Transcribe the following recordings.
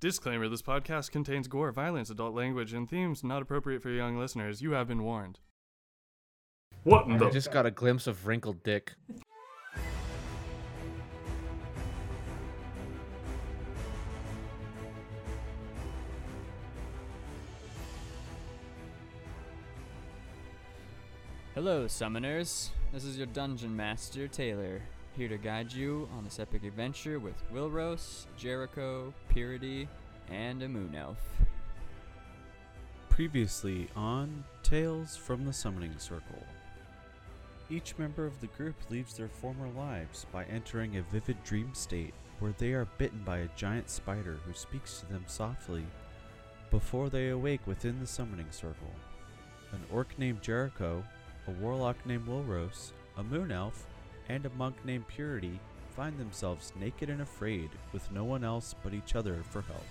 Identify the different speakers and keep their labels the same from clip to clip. Speaker 1: Disclaimer this podcast contains gore, violence, adult language, and themes not appropriate for young listeners. You have been warned. What in
Speaker 2: I
Speaker 1: the?
Speaker 2: just got a glimpse of wrinkled dick.
Speaker 3: Hello, summoners. This is your dungeon master, Taylor, here to guide you on this epic adventure with Wilros, Jericho, Purity, and a Moon Elf.
Speaker 4: Previously on Tales from the Summoning Circle. Each member of the group leaves their former lives by entering a vivid dream state where they are bitten by a giant spider who speaks to them softly before they awake within the Summoning Circle. An orc named Jericho, a warlock named Wilros, a moon elf, and a monk named Purity find themselves naked and afraid with no one else but each other for help.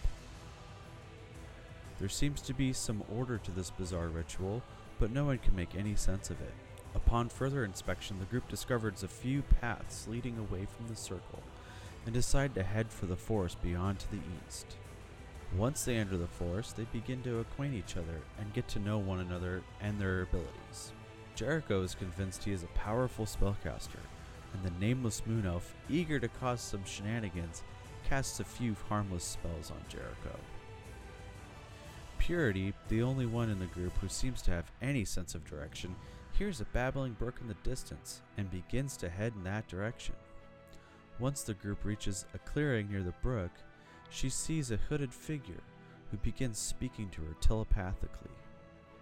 Speaker 4: There seems to be some order to this bizarre ritual, but no one can make any sense of it. Upon further inspection, the group discovers a few paths leading away from the circle and decide to head for the forest beyond to the east. Once they enter the forest, they begin to acquaint each other and get to know one another and their abilities. Jericho is convinced he is a powerful spellcaster, and the nameless moon elf, eager to cause some shenanigans, casts a few harmless spells on Jericho. Purity, the only one in the group who seems to have any sense of direction, hears a babbling brook in the distance and begins to head in that direction. Once the group reaches a clearing near the brook, she sees a hooded figure who begins speaking to her telepathically.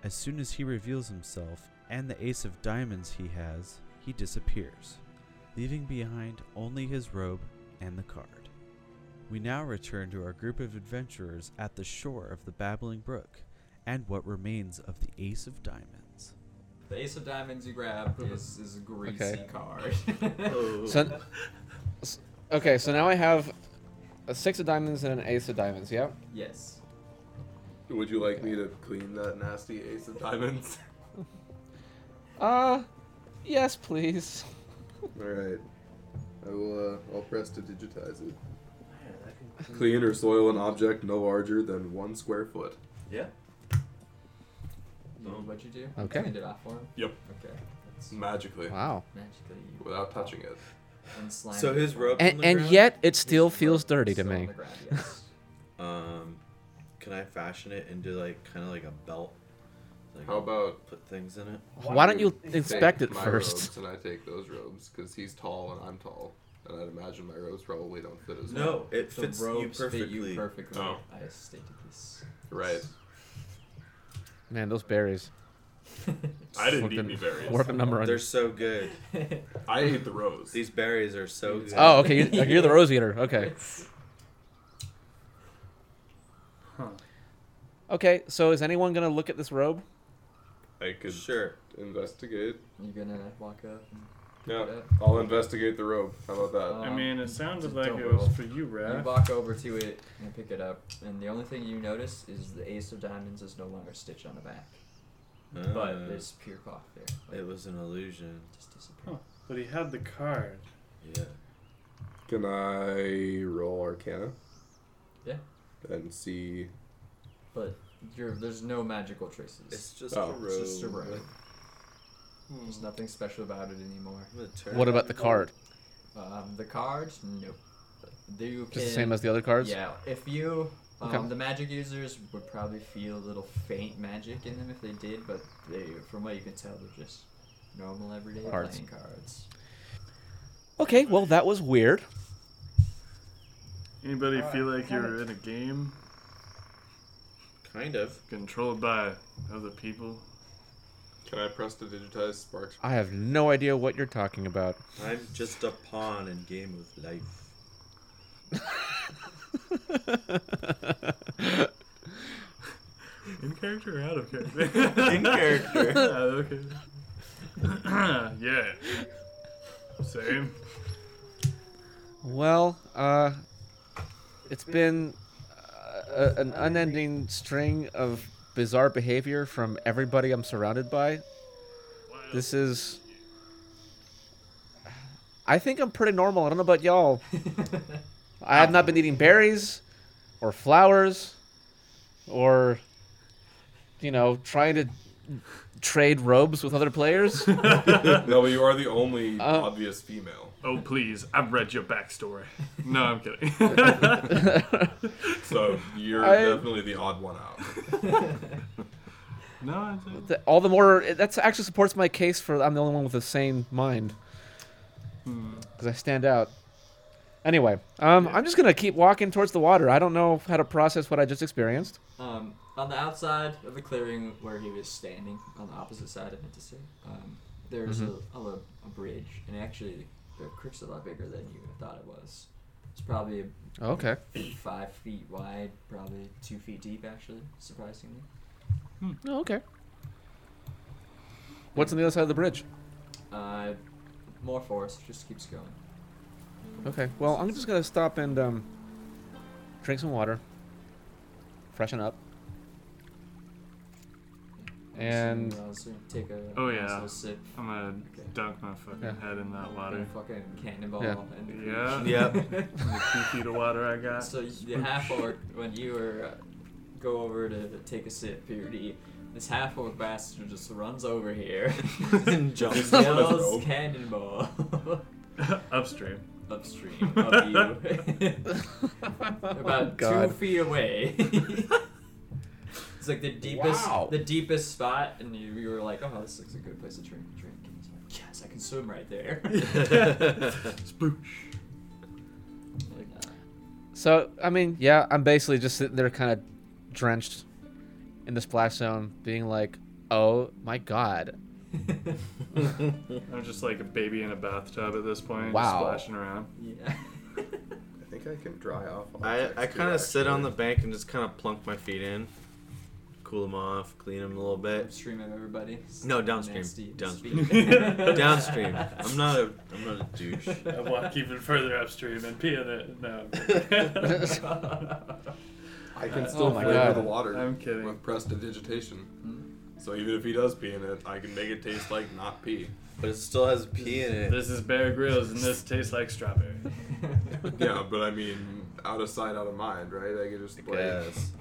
Speaker 4: As soon as he reveals himself and the ace of diamonds he has, he disappears, leaving behind only his robe and the card. We now return to our group of adventurers at the shore of the babbling brook and what remains of the Ace of Diamonds.
Speaker 5: The ace of diamonds you grabbed is, is a greasy
Speaker 2: Okay.
Speaker 5: card.
Speaker 2: So,
Speaker 6: S- Okay, so now I have a six of diamonds and an ace of diamonds. Yeah.
Speaker 5: yes.
Speaker 7: Would you like me to clean that nasty ace of diamonds?
Speaker 6: Uh, yes, please.
Speaker 7: All right. I will. Uh, I'll press to digitize it. Clean or soil an object no larger than one square foot.
Speaker 5: Yeah. You know what you do? You
Speaker 6: Okay.
Speaker 5: Cleaned it off for him?
Speaker 7: Yep.
Speaker 5: Okay. That's
Speaker 7: Magically,
Speaker 6: Wow.
Speaker 5: magically you
Speaker 7: without touching it.
Speaker 5: unslime
Speaker 8: So
Speaker 5: it
Speaker 8: his
Speaker 5: for him.
Speaker 8: robe- On
Speaker 5: His
Speaker 6: And
Speaker 8: the
Speaker 6: and
Speaker 8: ground?
Speaker 6: yet it still
Speaker 5: robe
Speaker 6: feels
Speaker 5: is
Speaker 6: dirty to
Speaker 5: still on
Speaker 6: me.
Speaker 5: the ground, yes.
Speaker 8: Um, can I fashion it into like kind of like a belt? Like
Speaker 7: How about
Speaker 8: put things in it?
Speaker 6: Why don't you
Speaker 7: take
Speaker 6: inspect it
Speaker 7: my
Speaker 6: first?
Speaker 7: Robes and I take those robes because he's tall and I'm tall, and I'd imagine my robes probably don't fit as well.
Speaker 8: No, it
Speaker 5: the
Speaker 8: fits you
Speaker 5: robes
Speaker 8: perfectly.
Speaker 5: Fit you perfectly.
Speaker 7: Oh.
Speaker 5: I stated this.
Speaker 7: Right.
Speaker 6: Man, those berries.
Speaker 1: I didn't
Speaker 6: Warp
Speaker 1: eat
Speaker 6: the-
Speaker 1: any berries.
Speaker 6: Warp a number on.
Speaker 8: They're so good.
Speaker 7: I ate the rose.
Speaker 8: These berries are so good.
Speaker 6: Oh, okay. You're, like, you're the rose eater. Okay. Okay. So is anyone gonna look at this robe?
Speaker 7: I could
Speaker 8: Sure.
Speaker 7: investigate.
Speaker 5: You gonna walk up? And
Speaker 7: Yeah,
Speaker 5: Yeah.
Speaker 7: I'll investigate the robe. How about that?
Speaker 1: I mean, it sounded like
Speaker 5: Don't
Speaker 1: it was
Speaker 5: roll.
Speaker 1: for you,
Speaker 5: You
Speaker 1: Raph.
Speaker 5: walk over to it and pick it up, and the only thing you notice is the ace of diamonds is no longer stitched on the back, but
Speaker 8: Uh,
Speaker 5: there's pure cloth there. Like,
Speaker 8: it was an illusion.
Speaker 5: just disappeared.
Speaker 1: But he had the card.
Speaker 8: Yeah.
Speaker 7: Can I roll Arcana?
Speaker 5: Yeah.
Speaker 7: And see.
Speaker 5: But you're, there's no magical traces.
Speaker 8: It's just
Speaker 7: Oh.
Speaker 8: a robe.
Speaker 5: It's just a robe.
Speaker 8: with-
Speaker 5: There's nothing special about it anymore.
Speaker 8: I'm gonna turn
Speaker 6: What
Speaker 8: it
Speaker 6: about the card?
Speaker 5: Um, the cards, nope. You
Speaker 6: Just the
Speaker 5: can-
Speaker 6: same as the other cards?
Speaker 5: Uh, Yeah, if you, um,
Speaker 6: Okay.
Speaker 5: the magic users would probably feel a little faint magic in them if they did, but they, from what you can tell, they're just normal everyday
Speaker 6: Cards.
Speaker 5: playing cards.
Speaker 6: Okay. Well, that was weird.
Speaker 1: Anybody feel like you're in a game
Speaker 8: Kind of.
Speaker 1: controlled by other people?
Speaker 7: Can I press to digitize sparks?
Speaker 6: I have no idea what you're talking about.
Speaker 8: I'm just a pawn in game of life.
Speaker 1: In character or out of character?
Speaker 8: In character.
Speaker 1: Out of character. yeah. Same.
Speaker 6: Well, uh, it's been uh, a- an unending string of bizarre behavior from everybody I'm surrounded by. This is. I think I'm pretty normal. I don't know about y'all. I have not been eating berries or flowers or you know trying to trade robes with other players
Speaker 7: no, but you are the only
Speaker 6: Uh,
Speaker 7: obvious female.
Speaker 1: Oh, please. I've read your backstory. No, I'm kidding.
Speaker 7: So you're
Speaker 6: I-
Speaker 7: definitely the odd one out.
Speaker 1: no, I don't-
Speaker 6: Th- all the more that actually supports my case for i'm the only one with the sane mind because i stand out anyway um, i'm just gonna keep walking towards the water i don't know how to process what i just experienced
Speaker 5: Um, on the outside of the clearing where he was standing, on the opposite side, I meant to say, um, there's
Speaker 6: Mm-hmm.
Speaker 5: a, a, lo- a bridge, and actually, the creek's a lot bigger than you thought it was. It's probably
Speaker 6: okay
Speaker 5: five feet wide, probably two feet deep, actually, surprisingly.
Speaker 6: oh, okay what's on the other side of the bridge
Speaker 5: Uh, more forest, just keeps going.
Speaker 6: okay well i'm just gonna stop and um, drink some water freshen up
Speaker 5: I'm
Speaker 6: And-
Speaker 5: assuming we're all soon- take a
Speaker 1: Oh,
Speaker 5: nice
Speaker 1: yeah.
Speaker 5: little sip.
Speaker 1: I'm gonna
Speaker 5: Okay.
Speaker 1: dunk my fucking
Speaker 6: Yeah.
Speaker 1: head in that
Speaker 5: Gonna
Speaker 1: water.
Speaker 5: Fucking cannonball.
Speaker 6: Yeah.
Speaker 5: in the
Speaker 1: Yeah.
Speaker 5: creek.
Speaker 4: Yep.
Speaker 1: In the two feet of water I got.
Speaker 5: So the half orc, when you were uh, go over to take a sip, Purity, this half orc bastard just runs over here
Speaker 4: And jumps.
Speaker 5: and yells cannonball
Speaker 1: Upstream.
Speaker 5: upstream of you, about two
Speaker 6: Oh God.
Speaker 5: feet away. it's like the deepest,
Speaker 6: Wow.
Speaker 5: the deepest spot, and you, you were like, "Oh, this looks a good place to drink." Drink. And he's like, yes, I can swim right there.
Speaker 1: Spoosh.
Speaker 5: Like, uh,
Speaker 6: So I mean, yeah, I'm basically just sitting there, kind of drenched in the splash zone, being like, "Oh my god!"
Speaker 1: I'm just like a baby in a bathtub at this point, just
Speaker 6: Wow.
Speaker 1: splashing around.
Speaker 5: yeah.
Speaker 7: I think I can dry off.
Speaker 4: I,
Speaker 7: objects
Speaker 4: I
Speaker 7: too,
Speaker 4: kind of sit on the
Speaker 7: actually.
Speaker 4: bank and just kind of plunk my feet in, cool them off, clean them a little bit.
Speaker 5: upstream of everybody.
Speaker 4: Uh, No, downstream.
Speaker 5: Nasty
Speaker 4: Downstream.
Speaker 5: speak.
Speaker 4: Downstream. I'm not a I'm not a douche.
Speaker 1: I walk even further upstream and pee in it. No. I'm kidding.
Speaker 7: I can
Speaker 5: Oh
Speaker 7: still
Speaker 6: my
Speaker 7: flavor
Speaker 6: God.
Speaker 7: the water
Speaker 1: I'm kidding.
Speaker 7: with prestidigitation. So even if he does pee in it, I can make it taste like not pee.
Speaker 4: But it still has pee in it.
Speaker 1: This is Bear Grylls, and this tastes like strawberry.
Speaker 7: yeah, but I mean, out of sight, out of mind, right? I could just like,
Speaker 4: Yes.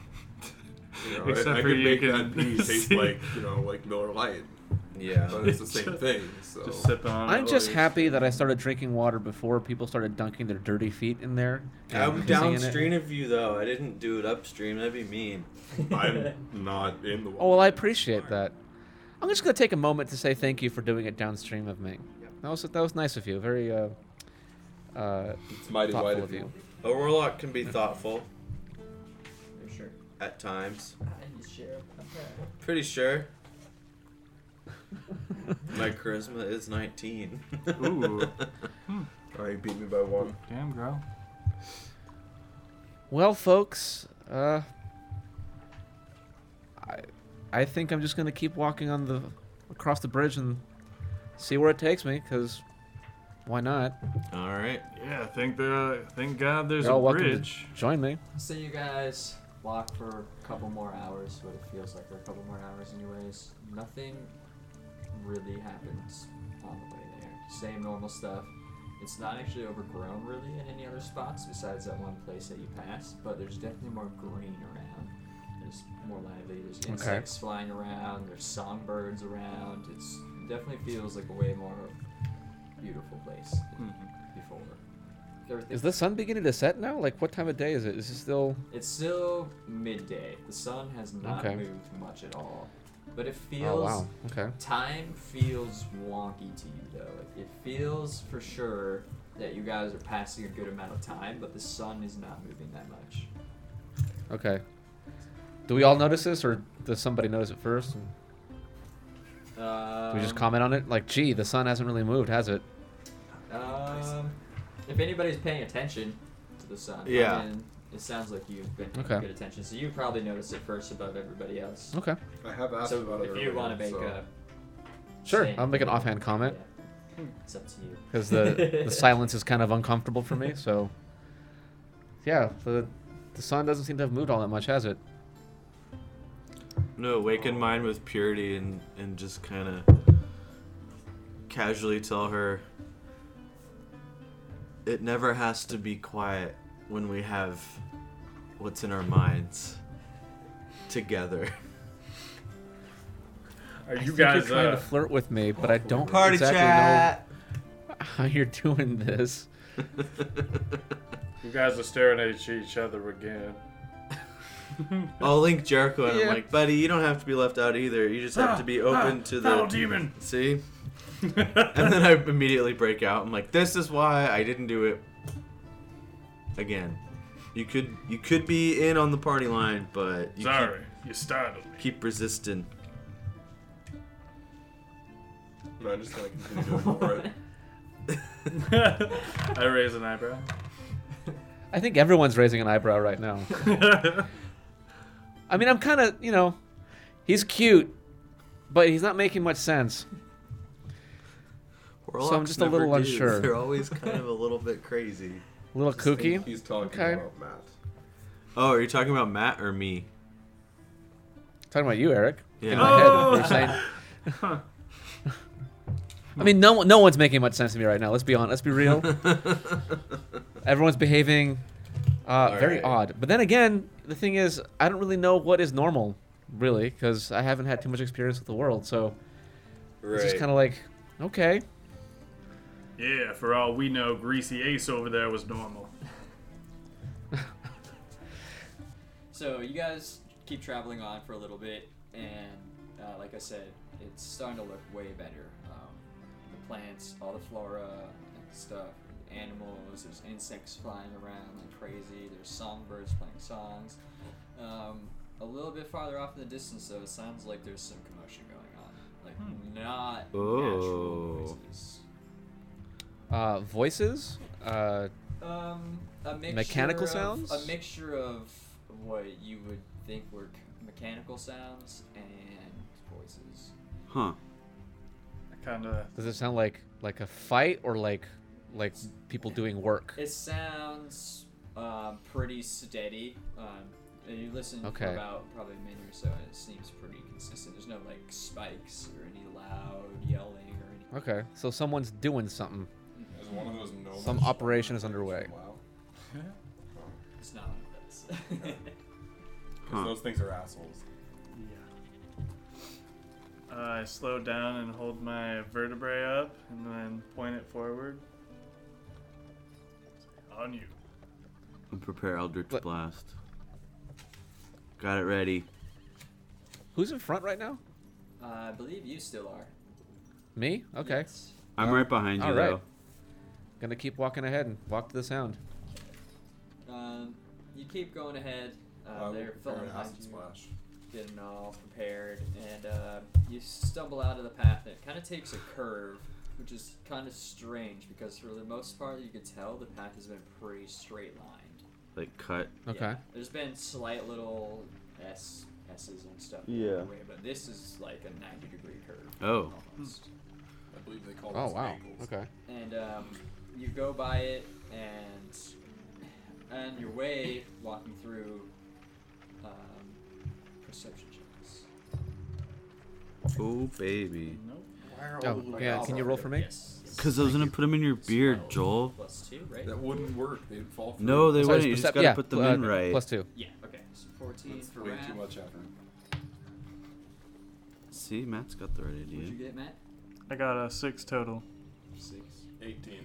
Speaker 7: you know,
Speaker 1: Except
Speaker 7: I, I
Speaker 1: for
Speaker 7: could
Speaker 1: you
Speaker 7: make
Speaker 1: can
Speaker 7: that pee taste
Speaker 1: see-
Speaker 7: like you know, like Miller Lite, but
Speaker 4: Yeah.
Speaker 7: it's the same thing. So
Speaker 1: Just sipping on it
Speaker 6: I'm
Speaker 1: while
Speaker 6: just
Speaker 1: you're-
Speaker 6: happy that I started drinking water before people started dunking their dirty feet in there. and
Speaker 4: I'm
Speaker 6: pissing in it.
Speaker 4: downstream of you though. I didn't do it upstream. That'd be mean.
Speaker 7: I'm not in the water.
Speaker 6: Oh well, I appreciate that. I'm just gonna take a moment to say thank you for doing it downstream of me. That was that was nice of you. Very uh, uh,
Speaker 7: it's mighty wide
Speaker 6: thoughtful
Speaker 7: of
Speaker 6: of you.
Speaker 7: you.
Speaker 4: A warlock can be thoughtful
Speaker 5: sure.
Speaker 4: at times.
Speaker 5: I'm sure.
Speaker 4: Pretty sure. My charisma is 19.
Speaker 1: Ooh.
Speaker 7: Oh, you beat me by one.
Speaker 1: Damn, girl.
Speaker 6: Well, folks, uh, I, I think I'm just gonna keep walking on the across the bridge and see where it takes me. Cause why not?
Speaker 4: All right.
Speaker 1: Yeah, thank the thank God there's
Speaker 6: You're all
Speaker 1: a
Speaker 6: welcome to-
Speaker 1: bridge.
Speaker 6: Join me.
Speaker 5: So you guys walk for a couple more hours, what it feels like for a couple more hours, anyways. Nothing really happens on the way there. Same normal stuff. It's not actually overgrown really in any other spots besides that one place that you passed, but there's definitely more green around. There's more lively. There's insects flying around. There's songbirds around. It's it definitely feels like a way more beautiful place than
Speaker 1: Mm-hmm.
Speaker 5: before. Everything
Speaker 6: Is the sun beginning to set now? Like, what time of day is it? Is it still?
Speaker 5: it's still midday. The sun has not
Speaker 6: Okay.
Speaker 5: moved much at all. But it
Speaker 6: Oh
Speaker 5: feels
Speaker 6: wow. Okay.
Speaker 5: time feels wonky to you though. Like, it feels for sure that you guys are passing a good amount of time, but the sun is not moving that much.
Speaker 6: Okay. Do we all notice this, or does somebody notice it first? And
Speaker 5: Um,
Speaker 6: do we just comment on it? Like, gee, the sun hasn't really moved, has it?
Speaker 5: Um, if anybody's paying attention to the sun, I
Speaker 4: Yeah.
Speaker 5: mean, it sounds like you've been paying
Speaker 6: Okay.
Speaker 5: good attention, so you probably notice it first above everybody else.
Speaker 6: Okay.
Speaker 7: I have asked
Speaker 5: So
Speaker 7: about it.
Speaker 5: if you
Speaker 7: earlier,
Speaker 5: want to make
Speaker 7: so.
Speaker 5: a
Speaker 6: Sure.
Speaker 5: stand-
Speaker 6: I'll make an offhand comment
Speaker 5: Yeah. Hmm. It's up to you.
Speaker 6: because the the silence is kind of uncomfortable for me. So. Yeah, the the sun doesn't seem to have moved all that much, has it?
Speaker 4: No, awaken mine with purity and, and just kind of casually tell her it never has to be quiet when we have what's in our minds together.
Speaker 2: Are
Speaker 6: I
Speaker 2: you
Speaker 6: think
Speaker 2: guys
Speaker 6: you're trying
Speaker 2: uh,
Speaker 6: to flirt with me, but I don't
Speaker 4: Party
Speaker 6: exactly
Speaker 4: chat.
Speaker 6: know how you're doing this.
Speaker 2: you guys are staring at each other again?
Speaker 4: I'll link Jericho and
Speaker 6: Yeah.
Speaker 4: I'm like, buddy, you don't have to be left out either. You just have to be open to the
Speaker 1: Oh,
Speaker 2: Battle demon.
Speaker 4: see. And then I immediately break out. I'm like, this is why I didn't do it again. You could you could be in on the party line, but you
Speaker 2: Sorry, you startled me.
Speaker 4: keep, keep resisting.
Speaker 7: No, I'm just gonna continue doing more. Right?
Speaker 2: I raise an eyebrow.
Speaker 6: I think everyone's raising an eyebrow right now. I mean, I'm kind of, you know, he's cute, but he's not making much sense. So I'm
Speaker 4: Warlocks
Speaker 6: just a
Speaker 4: never
Speaker 6: little
Speaker 4: do.
Speaker 6: unsure.
Speaker 4: They're always kind of a little bit crazy.
Speaker 6: A little kooky.
Speaker 7: He's talking
Speaker 6: Okay.
Speaker 7: about Matt.
Speaker 4: Oh, are you talking about Matt or me?
Speaker 6: Talking about you, Eric.
Speaker 4: Yeah.
Speaker 6: In my head, you're saying. I mean, no, one- no one's making much sense to me right now. Let's be honest. Let's be real. Everyone's behaving uh,
Speaker 4: All
Speaker 6: very
Speaker 4: right.
Speaker 6: odd. But then again, the thing is, I don't really know what is normal, really, because I haven't had too much experience with the world. So it's just kind of like, okay,
Speaker 2: Yeah, for all we know, Greasy Ace over there was normal.
Speaker 5: So you guys keep traveling on for a little bit, and uh, like I said, it's starting to look way better. Um, the plants, all the flora and stuff, the animals. There's insects flying around like crazy. There's songbirds playing songs. Um, a little bit farther off in the distance, though, it sounds like there's some commotion going on. Like not
Speaker 4: Oh.
Speaker 5: natural noises.
Speaker 6: uh, voices. Uh,
Speaker 5: Um, a mixture
Speaker 6: Mechanical
Speaker 5: of,
Speaker 6: sounds?
Speaker 5: A mixture of what you would think were c- mechanical sounds and voices.
Speaker 9: Huh.
Speaker 2: I kind of.
Speaker 6: does it sound like like a fight or like like people doing work?
Speaker 5: It sounds um, pretty steady. Um, and you listen for
Speaker 6: Okay.
Speaker 5: about probably a minute or so, and it seems pretty consistent. There's no like spikes or any loud yelling or anything.
Speaker 6: Okay, so someone's doing something.
Speaker 7: Is one of those gnomes-
Speaker 6: Some operation is underway.
Speaker 7: Wow.
Speaker 5: It's not like this.
Speaker 7: 'Cause Those things are assholes.
Speaker 2: Uh, I slow down and hold my vertebrae up and then point it forward. On you.
Speaker 4: And prepare Eldritch
Speaker 6: But-
Speaker 4: Blast. Got it ready.
Speaker 6: Who's in front right now?
Speaker 5: uh, I believe you still are.
Speaker 6: Me? Okay.
Speaker 5: Yes.
Speaker 4: I'm right behind you
Speaker 6: All right.
Speaker 4: though.
Speaker 6: Gonna keep walking ahead and walk to the sound.
Speaker 5: Um, you keep going ahead. Uh,
Speaker 7: I will
Speaker 5: they're
Speaker 7: prepare
Speaker 5: filling
Speaker 7: an
Speaker 5: behind
Speaker 7: acid
Speaker 5: you.
Speaker 7: splash.
Speaker 5: getting all prepared, and uh, you stumble out of the path, and it kind of takes a curve, which is kind of strange because for the most part, you could tell the path has been pretty straight lined.
Speaker 4: Like cut.
Speaker 6: Okay.
Speaker 5: Yeah, there's been slight little S S's and stuff. along
Speaker 4: Yeah.
Speaker 5: the way, but this is like a 90 degree curve.
Speaker 4: Oh.
Speaker 5: Almost.
Speaker 7: I believe they call
Speaker 6: Oh
Speaker 7: those
Speaker 6: wow.
Speaker 7: angles.
Speaker 6: Okay.
Speaker 5: and um, you go by it, and on your way, walking through, um, perception checks.
Speaker 4: Oh baby.
Speaker 2: Nope.
Speaker 6: Oh yeah. Can you roll for me?
Speaker 5: Yes.
Speaker 4: Cause I was gonna put them in your beard,
Speaker 5: Twelve
Speaker 4: Joel.
Speaker 5: Plus two, right?
Speaker 7: That wouldn't work. They'd fall through.
Speaker 4: No, they
Speaker 6: Sorry,
Speaker 4: wouldn't. You just
Speaker 6: percep-
Speaker 4: gotta
Speaker 6: yeah,
Speaker 4: put them
Speaker 6: pl-
Speaker 4: in
Speaker 6: uh,
Speaker 4: right.
Speaker 6: Plus two.
Speaker 5: Yeah. Okay. So fourteen.
Speaker 7: That's
Speaker 5: for
Speaker 7: way
Speaker 5: Raph.
Speaker 7: too much effort.
Speaker 4: See, Matt's got the right
Speaker 5: What'd you
Speaker 4: idea.
Speaker 5: get, Matt?
Speaker 2: I got a six total.
Speaker 5: Six.
Speaker 7: 18.
Speaker 5: Eighteen.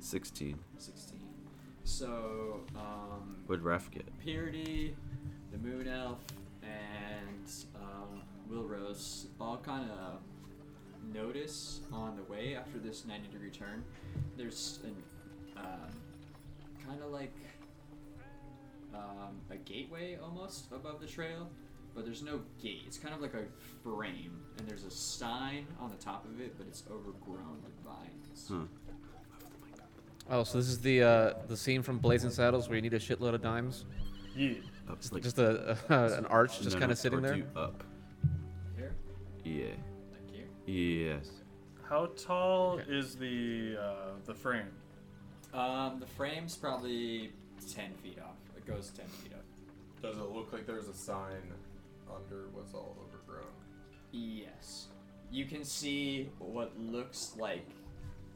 Speaker 4: Sixteen.
Speaker 5: Sixteen. So, um,
Speaker 4: What'd Ref get?
Speaker 5: Purity, the Moon Elf, and um, Will Rose all kind of notice on the way after this 90 degree turn. There's an um, kind of like um, a gateway almost above the trail, but there's no gate. It's kind of like a frame, and there's a sign on the top of it, but it's overgrown with vines.
Speaker 4: Huh.
Speaker 6: Oh, so this is the uh, the scene from Blazing Saddles where you need a shitload of dimes.
Speaker 2: Yeah.
Speaker 4: Up
Speaker 6: Just, just a, uh, an arch, just
Speaker 4: no,
Speaker 6: kind
Speaker 4: no,
Speaker 6: of sitting
Speaker 4: towards
Speaker 6: there.
Speaker 4: you, up.
Speaker 5: Here,
Speaker 4: Yeah.
Speaker 5: like here.
Speaker 4: Yes.
Speaker 2: How tall is the uh, the frame?
Speaker 5: Um, the frame's probably ten feet off. It goes ten feet up.
Speaker 7: Does it look like there's a sign under what's all overgrown?
Speaker 5: Yes. You can see what looks like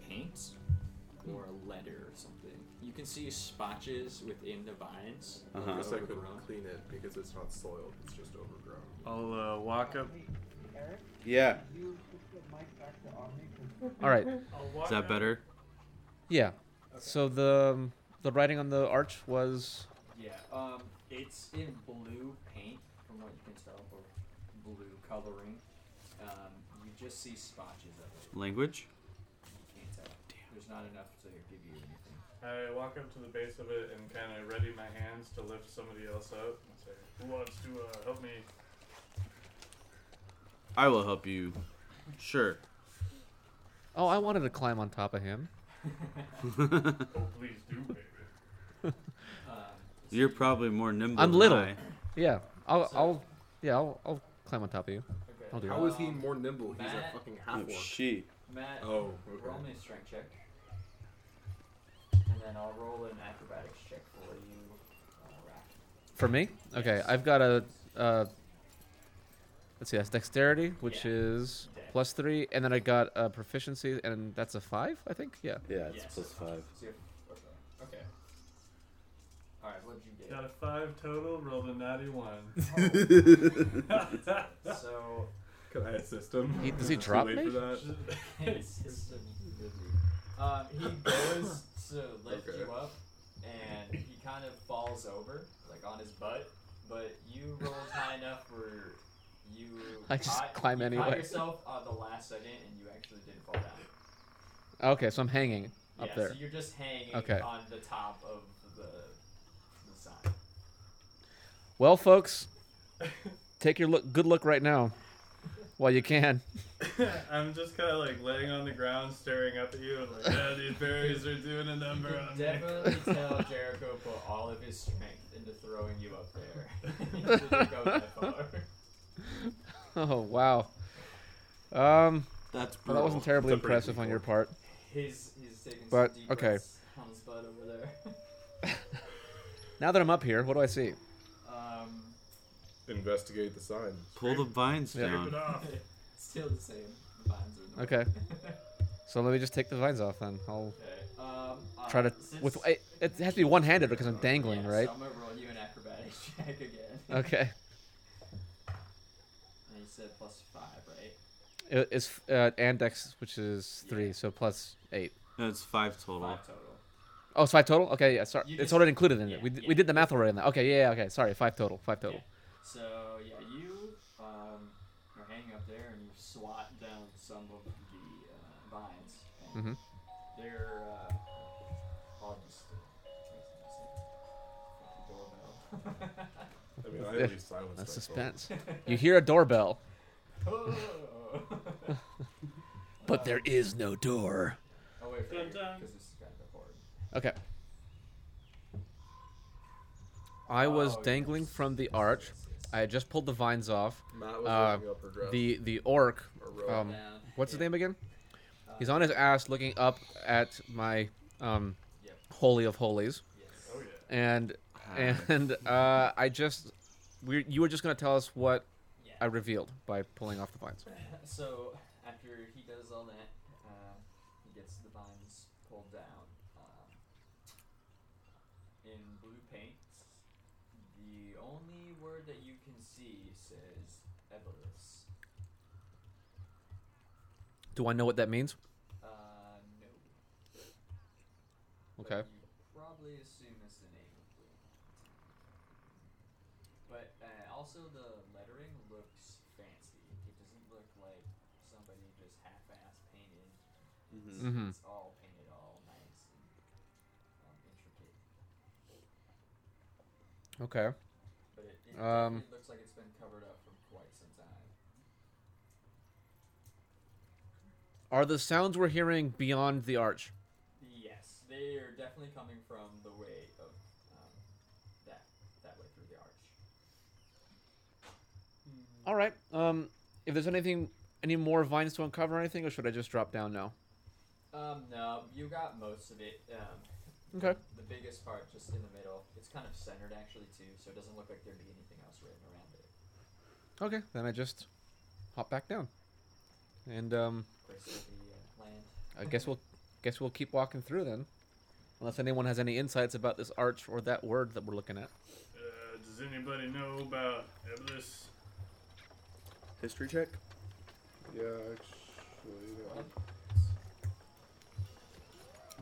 Speaker 5: paint or a letter or something you can see spotches within the vines. that
Speaker 7: I
Speaker 5: are
Speaker 7: guess I couldn't
Speaker 5: overgrown.
Speaker 7: clean it because it's not soiled. It's just overgrown.
Speaker 2: I'll uh, walk up.
Speaker 10: Eric,
Speaker 4: Yeah.
Speaker 10: you put the mic back to Omni. 'cause-
Speaker 6: All right.
Speaker 2: I'll walk
Speaker 4: Is that
Speaker 2: up-
Speaker 4: better?
Speaker 6: Yeah. So the um, the writing on the arch was
Speaker 5: Yeah, um, it's in blue paint, from what you can tell, or blue coloring. Um, you just see spotches of it.
Speaker 4: Language?
Speaker 5: You can't tell. There's not enough to give you anything.
Speaker 2: I walk up to the base of it and kind of ready my hands to lift somebody else up and say, "Who wants to uh, help me?"
Speaker 4: I will help you. Sure.
Speaker 6: oh I wanted to climb on top of him.
Speaker 2: Oh, please do, baby.
Speaker 5: Um, so
Speaker 4: You're
Speaker 5: you-
Speaker 4: probably more nimble.
Speaker 6: I'm
Speaker 4: than
Speaker 6: little.
Speaker 4: I.
Speaker 6: Yeah. I'll
Speaker 5: So-
Speaker 6: I'll yeah I'll, I'll climb on top of you.
Speaker 5: okay.
Speaker 6: I'll do
Speaker 7: How
Speaker 6: it.
Speaker 7: is he more nimble? He's a
Speaker 5: Matt.
Speaker 7: fucking half
Speaker 4: Oh,
Speaker 7: orc.
Speaker 4: she.
Speaker 5: Matt,
Speaker 7: Oh,
Speaker 5: roll
Speaker 7: okay.
Speaker 5: me a strength check. And then I'll roll an acrobatics check for you, uh, Raph.
Speaker 6: For me? Okay.
Speaker 5: Yes.
Speaker 6: I've got a uh, let's see that's dexterity which
Speaker 5: Yeah.
Speaker 6: is
Speaker 5: Dex.
Speaker 6: plus three and then I got a proficiency and that's a five I think yeah.
Speaker 4: Yeah,
Speaker 5: Yes. So you have- Okay. okay. Alright, what did you get?
Speaker 2: Got a five total. Rolled a natty one.
Speaker 5: So,
Speaker 7: Can I assist him?
Speaker 6: He- does
Speaker 7: Is
Speaker 6: he
Speaker 7: it too
Speaker 6: drop
Speaker 7: late
Speaker 6: me?
Speaker 7: For that?
Speaker 5: it's just so busy. Um, he goes to lift
Speaker 7: Okay.
Speaker 5: you up, and he kind of falls over, like on his butt. But you rolled high enough where you.
Speaker 6: I just
Speaker 5: caught-
Speaker 6: climb
Speaker 5: you Caught
Speaker 6: anyway.
Speaker 5: yourself on the last second, and you actually didn't fall down.
Speaker 6: Okay. So I'm hanging up
Speaker 5: yeah,
Speaker 6: there.
Speaker 5: so you're just hanging
Speaker 6: Okay.
Speaker 5: on the top of the, the sign.
Speaker 6: Well, folks, take your look good look right now while you can.
Speaker 2: I'm just kind of like laying on the ground, staring up at you, and like, yeah, these berries are doing a number
Speaker 5: You
Speaker 2: on me.
Speaker 5: definitely tell Jericho put all of his strength into throwing you up there. He didn't go that far.
Speaker 6: Oh wow. Um,
Speaker 4: That's brutal.
Speaker 6: well, that wasn't terribly
Speaker 7: It's a pretty
Speaker 6: impressive
Speaker 7: good
Speaker 6: on your
Speaker 7: goal.
Speaker 6: part.
Speaker 5: He's, he's taking
Speaker 6: But,
Speaker 5: some deep
Speaker 6: okay.
Speaker 5: breaths on his butt over there.
Speaker 6: Now that I'm up here, what do I see?
Speaker 5: Um,
Speaker 7: Investigate the sign.
Speaker 4: Pull the vines
Speaker 6: Yeah.
Speaker 2: Rip it
Speaker 4: down.
Speaker 2: off.
Speaker 5: still the same. The vines are the
Speaker 6: Okay.
Speaker 5: okay.
Speaker 6: So let me just take the vines off then. I'll
Speaker 5: Um, uh,
Speaker 6: try to
Speaker 5: since-
Speaker 6: with it, it has to be one-handed because I'm dangling,
Speaker 5: yeah,
Speaker 6: right?
Speaker 5: So I'm gonna roll you an acrobatics check again.
Speaker 6: Okay.
Speaker 5: And you said plus five, right?
Speaker 6: It, it's uh, and dex, which is three,
Speaker 5: Yeah.
Speaker 6: so plus eight.
Speaker 4: That's five total.
Speaker 5: Five total.
Speaker 6: Oh, it's five total. Okay, yeah. Sorry,
Speaker 5: You
Speaker 6: it's
Speaker 5: just-
Speaker 6: already included in it.
Speaker 5: yeah,
Speaker 6: We, d
Speaker 5: yeah.
Speaker 6: we did the math already on that. Okay, yeah, yeah. Okay, sorry. Five total. Five total.
Speaker 5: So yeah, you um, are hanging up there and you swat down some of the uh, vines. And
Speaker 6: Mhm.
Speaker 5: They're uh, all just. uh, Doorbell.
Speaker 7: I mean, I
Speaker 6: Yeah.
Speaker 7: at least silenced
Speaker 6: That's
Speaker 7: myself.
Speaker 6: suspense. you hear a doorbell,
Speaker 5: oh,
Speaker 6: but there is no door.
Speaker 5: oh wait, for
Speaker 2: Dun,
Speaker 5: because
Speaker 2: dun.
Speaker 5: this is kind of important.
Speaker 6: Okay. I was
Speaker 5: Oh, yes.
Speaker 6: dangling from the arch.
Speaker 5: Yes, yes.
Speaker 6: I had just pulled the vines off.
Speaker 7: Matt was
Speaker 6: Uh,
Speaker 7: looking up her dress.
Speaker 6: The the orc,
Speaker 7: Or robe.
Speaker 6: um,
Speaker 5: Down.
Speaker 6: what's his
Speaker 5: Yeah. Uh,
Speaker 6: name again? He's on his ass, looking up at my um,
Speaker 5: Yep.
Speaker 6: holy of holies,
Speaker 5: Yes.
Speaker 2: Oh yeah.
Speaker 6: and
Speaker 4: Ah.
Speaker 6: and uh, I just we you were just gonna tell us what
Speaker 5: Yeah.
Speaker 6: I revealed by pulling off the vines.
Speaker 5: So after he does all that, uh, he gets the vines pulled down. Um, in blue paint, the only word that you can see says Evolus.
Speaker 6: Do I know what that means?
Speaker 5: Uh, no. but
Speaker 6: Okay.
Speaker 5: You probably assume it's the name of blue. But uh, also the lettering looks fancy. It doesn't look like somebody just half-ass painted. It's,
Speaker 6: Mhm.
Speaker 5: it's all painted all nice and um, intricate.
Speaker 6: Okay.
Speaker 5: But it, it
Speaker 6: Um,
Speaker 5: definitely looks like it's been covered up for quite some time.
Speaker 6: Are the sounds we're hearing beyond the arch?
Speaker 5: Yes, they are definitely coming from the way of um, that that way through the arch.
Speaker 6: All right. Um, if there's anything, any more vines to uncover, or anything, or should I just drop down now?
Speaker 5: Um, no, you got most of it. Um,
Speaker 6: Okay.
Speaker 5: The biggest part, just in the middle. It's kind of centered actually too, so it doesn't look like there'd be anything else written around it.
Speaker 6: Okay. Then I just hop back down, and um,
Speaker 5: Of course, it'll be uh, land.
Speaker 6: I guess we'll guess we'll keep walking through then. Unless anyone has any insights about this arch or that word that we're looking at.
Speaker 1: Uh, does anybody know about Eblis?
Speaker 4: History check.
Speaker 7: Yeah, actually. Yeah.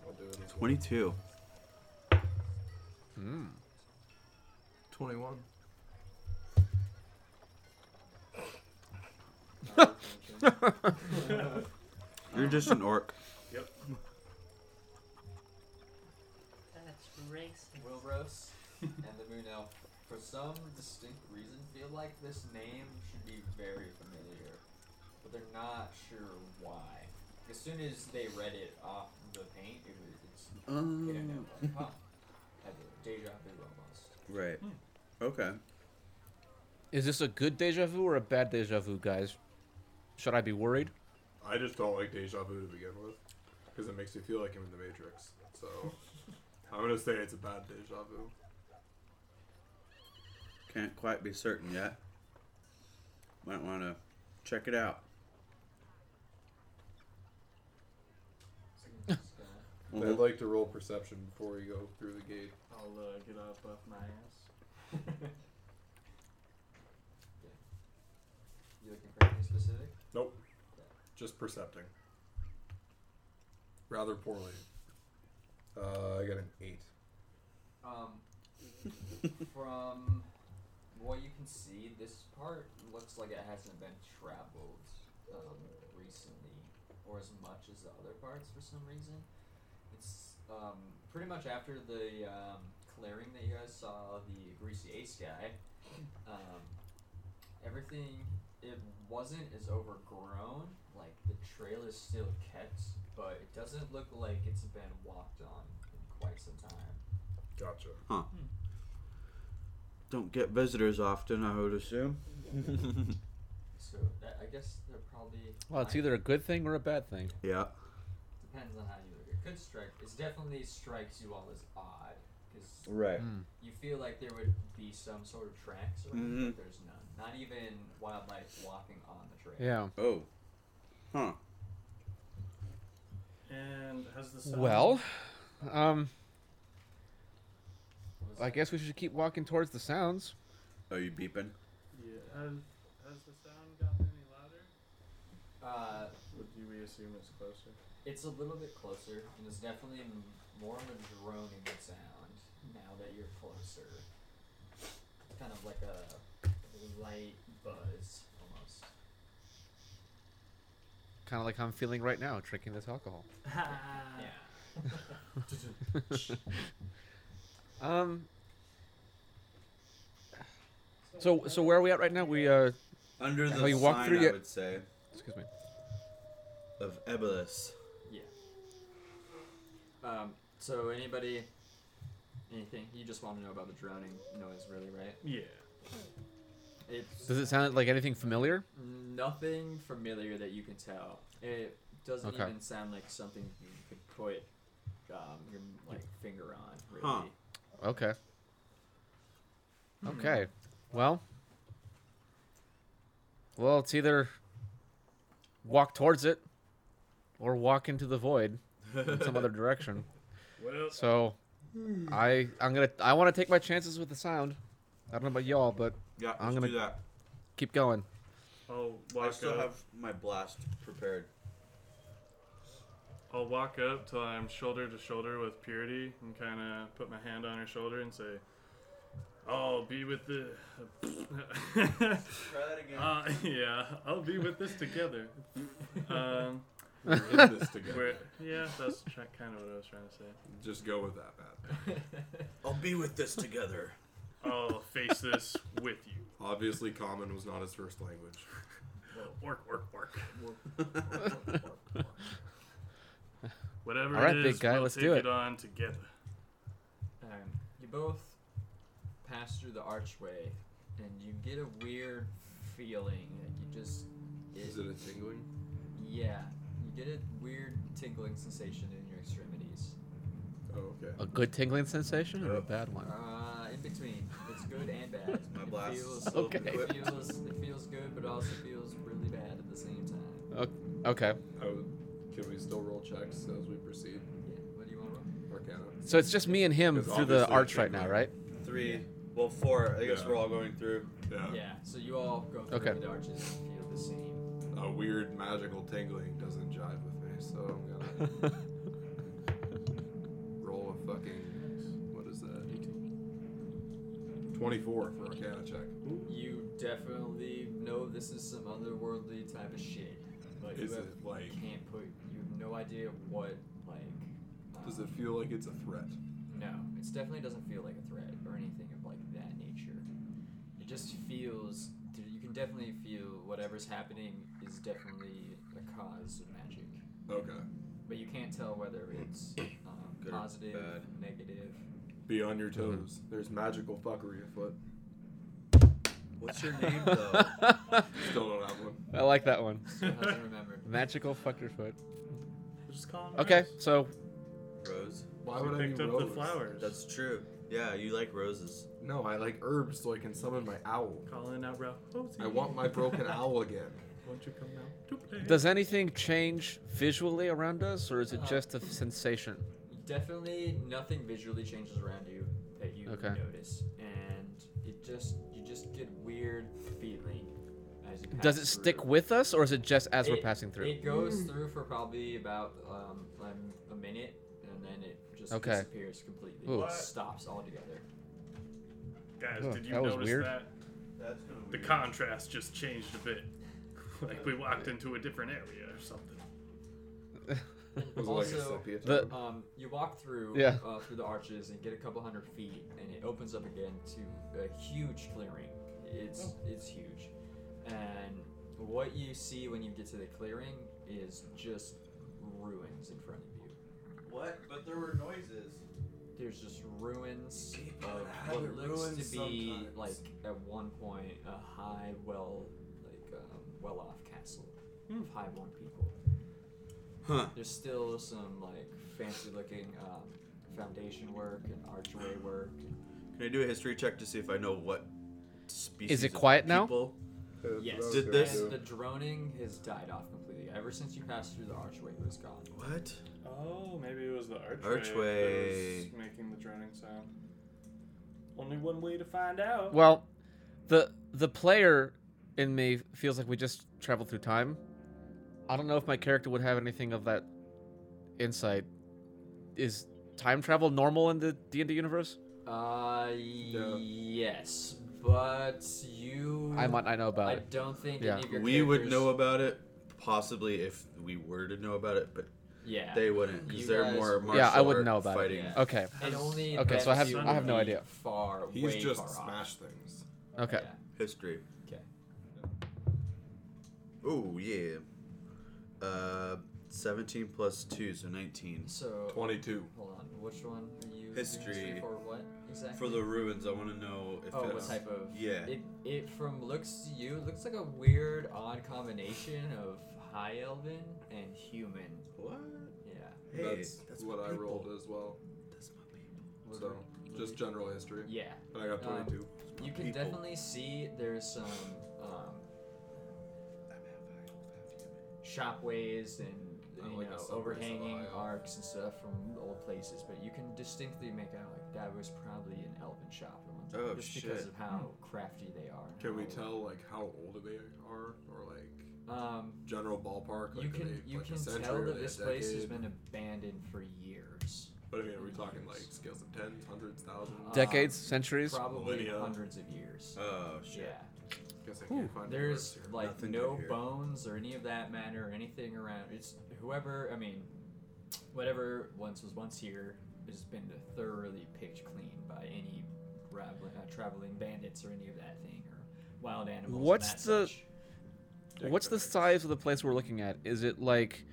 Speaker 7: I'll do it as well.
Speaker 4: Twenty-two.
Speaker 6: Hmm.
Speaker 4: 21. You're just an orc.
Speaker 1: Yep.
Speaker 11: That's racist.
Speaker 5: Wilros and the Moon Elf, for some distinct reason, feel like this name should be very familiar, but they're not sure why. As soon as they read it off the paint, it was it's they don't know. Like, huh? Had a Deja vu almost.
Speaker 4: Right. Okay.
Speaker 6: Is this a good deja vu or a bad deja vu, guys? Should I be worried?
Speaker 7: I just don't like deja vu to begin with, because it makes me feel like I'm in the Matrix. So I'm gonna say it's a bad deja vu.
Speaker 4: Can't quite be certain yet. Might want to check it out.
Speaker 5: So I'm just gonna,
Speaker 4: Mm-hmm.
Speaker 7: I'd like to roll perception before we go through the gate.
Speaker 2: I'll uh, get up off my ass.
Speaker 5: you looking for anything specific?
Speaker 7: Nope. Just percepting. Rather poorly. Uh, I got an eight.
Speaker 5: Um, from what you can see, this part looks like it hasn't been traveled um, recently, or as much as the other parts for some reason. It's um, pretty much after the um, clearing that you guys saw the greasy ace guy. Um, everything it wasn't as overgrown. Like the trail is still kept, but it doesn't look like it's been walked on in quite some time.
Speaker 7: Gotcha.
Speaker 4: Don't get visitors often, I would assume.
Speaker 5: So that, I guess they're probably.
Speaker 6: Well, it's either a good thing or a bad thing.
Speaker 4: yeah.
Speaker 5: Depends on how you look. It could strike. It definitely strikes you all as odd because
Speaker 4: Right.
Speaker 5: you feel like there would be some sort of tracks around,
Speaker 4: Mhm.
Speaker 5: but there's none. Not even wildlife walking on the trail.
Speaker 6: Yeah.
Speaker 4: Oh. Huh.
Speaker 1: And has the sun-
Speaker 6: Well, um,
Speaker 5: What was
Speaker 6: I
Speaker 5: it?
Speaker 6: guess we should keep walking towards the sounds.
Speaker 4: Are Oh, you beeping?
Speaker 1: Yeah. Has, has the sound gotten any louder?
Speaker 5: Uh,
Speaker 1: Or do we assume it's closer?
Speaker 5: it's a little bit closer, and it's definitely m- more of a droning sound now that you're closer. It's kind of like a light buzz almost.
Speaker 6: Kind of like how I'm feeling right now, drinking this alcohol.
Speaker 5: Yeah.
Speaker 6: Um. So, so where are we at right now? We uh,
Speaker 4: Under the
Speaker 6: How you walk
Speaker 4: sign,
Speaker 6: through
Speaker 4: I
Speaker 6: your-
Speaker 4: would say,
Speaker 6: excuse me.
Speaker 4: of Ebolus.
Speaker 5: Yeah. Um, so anybody, anything you just want to know about the drowning noise, really, right?
Speaker 1: Yeah.
Speaker 5: It's
Speaker 6: Does it sound like anything familiar?
Speaker 5: nothing familiar that you can tell. It doesn't
Speaker 6: Okay.
Speaker 5: even sound like something you could put um, your like finger on, really.
Speaker 4: Huh.
Speaker 6: Okay.
Speaker 5: Hmm.
Speaker 6: Okay. Well. Well, it's either walk towards it or walk into the void in some other direction.
Speaker 1: Well,
Speaker 6: So I I'm gonna I wanna take my chances with the sound. I don't know about y'all, but
Speaker 4: Yeah,
Speaker 6: I'm
Speaker 4: let's
Speaker 6: gonna-
Speaker 4: do that.
Speaker 6: keep going.
Speaker 1: I'll walk
Speaker 4: I still
Speaker 1: up.
Speaker 4: have my blast prepared.
Speaker 1: I'll walk up till I'm shoulder to shoulder with Purity and kind of put my hand on her shoulder and say, "I'll be with the."
Speaker 4: Try that again.
Speaker 1: uh, yeah, I'll be with this together. Um,
Speaker 7: We're in this together.
Speaker 1: we're- yeah, that's try kind of what I was trying to say.
Speaker 7: Just go with that, Matt.
Speaker 4: I'll be with this together.
Speaker 1: I'll face this with you.
Speaker 7: Obviously, common was not his first language.
Speaker 1: Work, work, work. Whatever
Speaker 6: All right,
Speaker 1: it
Speaker 6: big
Speaker 1: is,
Speaker 6: guy,
Speaker 1: we'll
Speaker 6: let's
Speaker 1: take
Speaker 6: do
Speaker 1: it.
Speaker 6: it.
Speaker 1: on together.
Speaker 5: Um, you both pass through the archway, and you get a weird feeling that you just.
Speaker 7: Is it a tingling?
Speaker 5: Yeah, you get a weird tingling sensation in your extremities.
Speaker 7: Oh, okay.
Speaker 6: A good tingling sensation or a
Speaker 4: Yep.
Speaker 6: bad one?
Speaker 5: Uh, in between, it's good and bad.
Speaker 4: My
Speaker 5: It
Speaker 4: blast is
Speaker 5: feels-
Speaker 4: still
Speaker 6: Okay.
Speaker 5: It
Speaker 4: equipped.
Speaker 5: feels, it feels good, but it also feels really bad at the same time.
Speaker 6: Okay.
Speaker 7: I would, can we still roll checks as we proceed?
Speaker 5: Yeah. What do you want to roll?
Speaker 7: Arcana.
Speaker 6: So it's just me and him
Speaker 7: Because
Speaker 6: through the
Speaker 7: obviously I
Speaker 6: arch right
Speaker 7: can't
Speaker 6: now,
Speaker 7: move.
Speaker 6: right?
Speaker 12: Three. Well, four. I guess
Speaker 7: Yeah.
Speaker 12: we're all going through.
Speaker 7: Yeah.
Speaker 5: Yeah, so you all go through
Speaker 6: Okay.
Speaker 5: the arches and feel the same.
Speaker 7: A weird magical tingling doesn't jive with me, so I'm gonna roll a fucking what is that? Twenty-four for a can check.
Speaker 5: You definitely know this is some otherworldly type of shit, but you
Speaker 7: Is
Speaker 5: have,
Speaker 7: it like?
Speaker 5: can't put. You have no idea what like. uh,
Speaker 7: Does it feel like it's a threat?
Speaker 5: No, it definitely doesn't feel like a threat or anything of like that nature. It just feels. You can definitely feel whatever's happening is definitely a cause of magic,
Speaker 7: Okay.
Speaker 5: but you can't tell whether it's um,
Speaker 12: Good or
Speaker 5: positive,
Speaker 12: bad.
Speaker 5: negative.
Speaker 7: Be on your toes. Mm-hmm. There's magical fuckery afoot.
Speaker 12: What's your name though?
Speaker 7: Still don't have one.
Speaker 6: I like that one.
Speaker 5: Still hasn't remembered.
Speaker 6: Magical fuckerfoot.
Speaker 12: Just call him
Speaker 6: Okay, so
Speaker 12: Rose.
Speaker 7: Why
Speaker 1: I
Speaker 7: would I
Speaker 1: picked
Speaker 7: be
Speaker 1: up
Speaker 7: rose?
Speaker 1: the flowers.
Speaker 12: That's true. Yeah, you like roses.
Speaker 7: No, I like herbs so I can summon my owl.
Speaker 1: Calling out Rosie.
Speaker 7: I want my broken owl again.
Speaker 1: Won't you come out to play?
Speaker 6: does anything change visually around us, or is it
Speaker 5: Uh,
Speaker 6: just a sensation?
Speaker 5: Definitely nothing visually changes around you that you
Speaker 6: Okay.
Speaker 5: notice, and it just you just get weird feeling as you. Pass
Speaker 6: Does it stick
Speaker 5: through.
Speaker 6: with us, or is it just as we're
Speaker 5: It-
Speaker 6: passing through?
Speaker 5: It goes through for probably about um, um, a minute, and then it just
Speaker 6: Okay.
Speaker 5: disappears completely.
Speaker 6: Ooh.
Speaker 5: It stops altogether.
Speaker 1: Guys,
Speaker 6: Huh,
Speaker 1: did you
Speaker 6: that was
Speaker 1: notice
Speaker 6: weird.
Speaker 1: that?
Speaker 12: That's kind
Speaker 1: The contrast just changed a bit. Like we walked into a different area or something.
Speaker 7: Was it like a
Speaker 5: also,
Speaker 7: sepia
Speaker 6: The-
Speaker 7: tone?
Speaker 5: um, you walk through
Speaker 6: Yeah.
Speaker 5: uh, through the arches and get a couple hundred feet, and it opens up again to a huge clearing. It's it's huge, and what you see when you get to the clearing is just ruins in front of you.
Speaker 12: What? But there were noises.
Speaker 5: There's just ruins
Speaker 12: People
Speaker 5: of
Speaker 12: have
Speaker 5: what
Speaker 12: it
Speaker 5: looks
Speaker 12: ruined
Speaker 5: to be
Speaker 12: sometimes.
Speaker 5: like at one point a high, well, like um, well-off castle of high one people.
Speaker 12: Huh.
Speaker 5: There's still some like fancy-looking um, foundation work and archway work.
Speaker 12: Can I do a history check to see if I know what species?
Speaker 6: Is it
Speaker 12: of
Speaker 6: quiet now?
Speaker 12: people-
Speaker 7: That's what
Speaker 5: Yes,
Speaker 7: I was
Speaker 12: Did
Speaker 7: gonna
Speaker 12: this-
Speaker 7: do.
Speaker 5: and the droning has died off completely. Ever since you passed through the archway, it was gone.
Speaker 12: What?
Speaker 1: Oh, maybe it was the archway.
Speaker 12: Archway.
Speaker 1: That was making the droning sound. Only one way to find out.
Speaker 6: Well, the the player in me feels like we just traveled through time. I don't know if my character would have anything of that insight. Is time travel normal in the D and D universe?
Speaker 5: Uh, yes, but you.
Speaker 6: I might not know about
Speaker 5: Mm. I
Speaker 6: it.
Speaker 5: don't think
Speaker 6: yeah.
Speaker 5: any of your
Speaker 12: we would
Speaker 5: characters-
Speaker 12: know about it, possibly if we were to know about it, but
Speaker 5: Yeah.
Speaker 12: they wouldn't because
Speaker 5: You
Speaker 12: they're
Speaker 5: guys-
Speaker 12: more martial
Speaker 6: Yeah, I wouldn't
Speaker 12: art
Speaker 6: know about it.
Speaker 12: fighting.
Speaker 5: Yeah.
Speaker 6: Okay,
Speaker 5: It only
Speaker 6: Okay, so I
Speaker 5: lets
Speaker 6: have-
Speaker 5: you
Speaker 6: I have no
Speaker 5: be
Speaker 6: idea.
Speaker 5: Far,
Speaker 7: He's
Speaker 5: way
Speaker 7: just
Speaker 5: far off.
Speaker 7: smash things.
Speaker 6: okay.
Speaker 5: Yeah.
Speaker 12: History.
Speaker 5: Okay.
Speaker 12: Oh yeah. Uh, seventeen plus two, so nineteen.
Speaker 5: So
Speaker 7: Twenty-two.
Speaker 5: hold on, which one are you? doing
Speaker 12: History.
Speaker 5: for what exactly?
Speaker 12: For the ruins, I want to know if
Speaker 5: oh, what
Speaker 12: it's
Speaker 5: type of?
Speaker 12: yeah.
Speaker 5: It it from looks to you looks like a weird odd combination of high elven and human.
Speaker 12: what?
Speaker 5: Yeah.
Speaker 12: Hey,
Speaker 7: that's, what
Speaker 12: my
Speaker 7: I
Speaker 12: people.
Speaker 7: rolled as well.
Speaker 12: That's my people.
Speaker 7: So just general history.
Speaker 5: Yeah.
Speaker 7: And I got
Speaker 5: Um,
Speaker 7: 22.
Speaker 5: You can
Speaker 12: People.
Speaker 5: definitely see there's some um, shopways and
Speaker 7: I
Speaker 5: you
Speaker 7: like a
Speaker 5: know
Speaker 7: subway
Speaker 5: overhanging
Speaker 7: survival.
Speaker 5: arcs and stuff from old places, but you can distinctly make out like that was probably an elven shop at one time,
Speaker 12: Oh,
Speaker 5: just because
Speaker 12: shit.
Speaker 5: of how crafty they are. and
Speaker 7: Can we
Speaker 5: how-
Speaker 7: tell like how old they are, or like
Speaker 5: Um,
Speaker 7: general ballpark? Like,
Speaker 5: you
Speaker 7: are
Speaker 5: can
Speaker 7: they,
Speaker 5: you
Speaker 7: like, a
Speaker 5: can
Speaker 7: century,
Speaker 5: tell
Speaker 7: are
Speaker 5: that
Speaker 7: they a
Speaker 5: this place has
Speaker 7: decade?
Speaker 5: been abandoned for years,
Speaker 7: But I mean, are we talking like scales of tens, hundreds, thousands?
Speaker 5: Uh,
Speaker 6: Decades, centuries.
Speaker 5: probably
Speaker 7: millennia.
Speaker 5: hundreds of years.
Speaker 12: Oh shit.
Speaker 5: yeah.
Speaker 7: Guess I can't find any
Speaker 5: There's
Speaker 7: words here.
Speaker 5: like
Speaker 12: Nothing good
Speaker 5: no
Speaker 12: here.
Speaker 5: bones or any of that matter or anything around. It's whoever, I mean, whatever once was once here has been thoroughly picked clean by any traveling, uh, traveling bandits or any of that thing or wild animals. and
Speaker 6: What's
Speaker 5: that
Speaker 6: the-
Speaker 5: such.
Speaker 6: What's the size of the place we're looking at? Is it like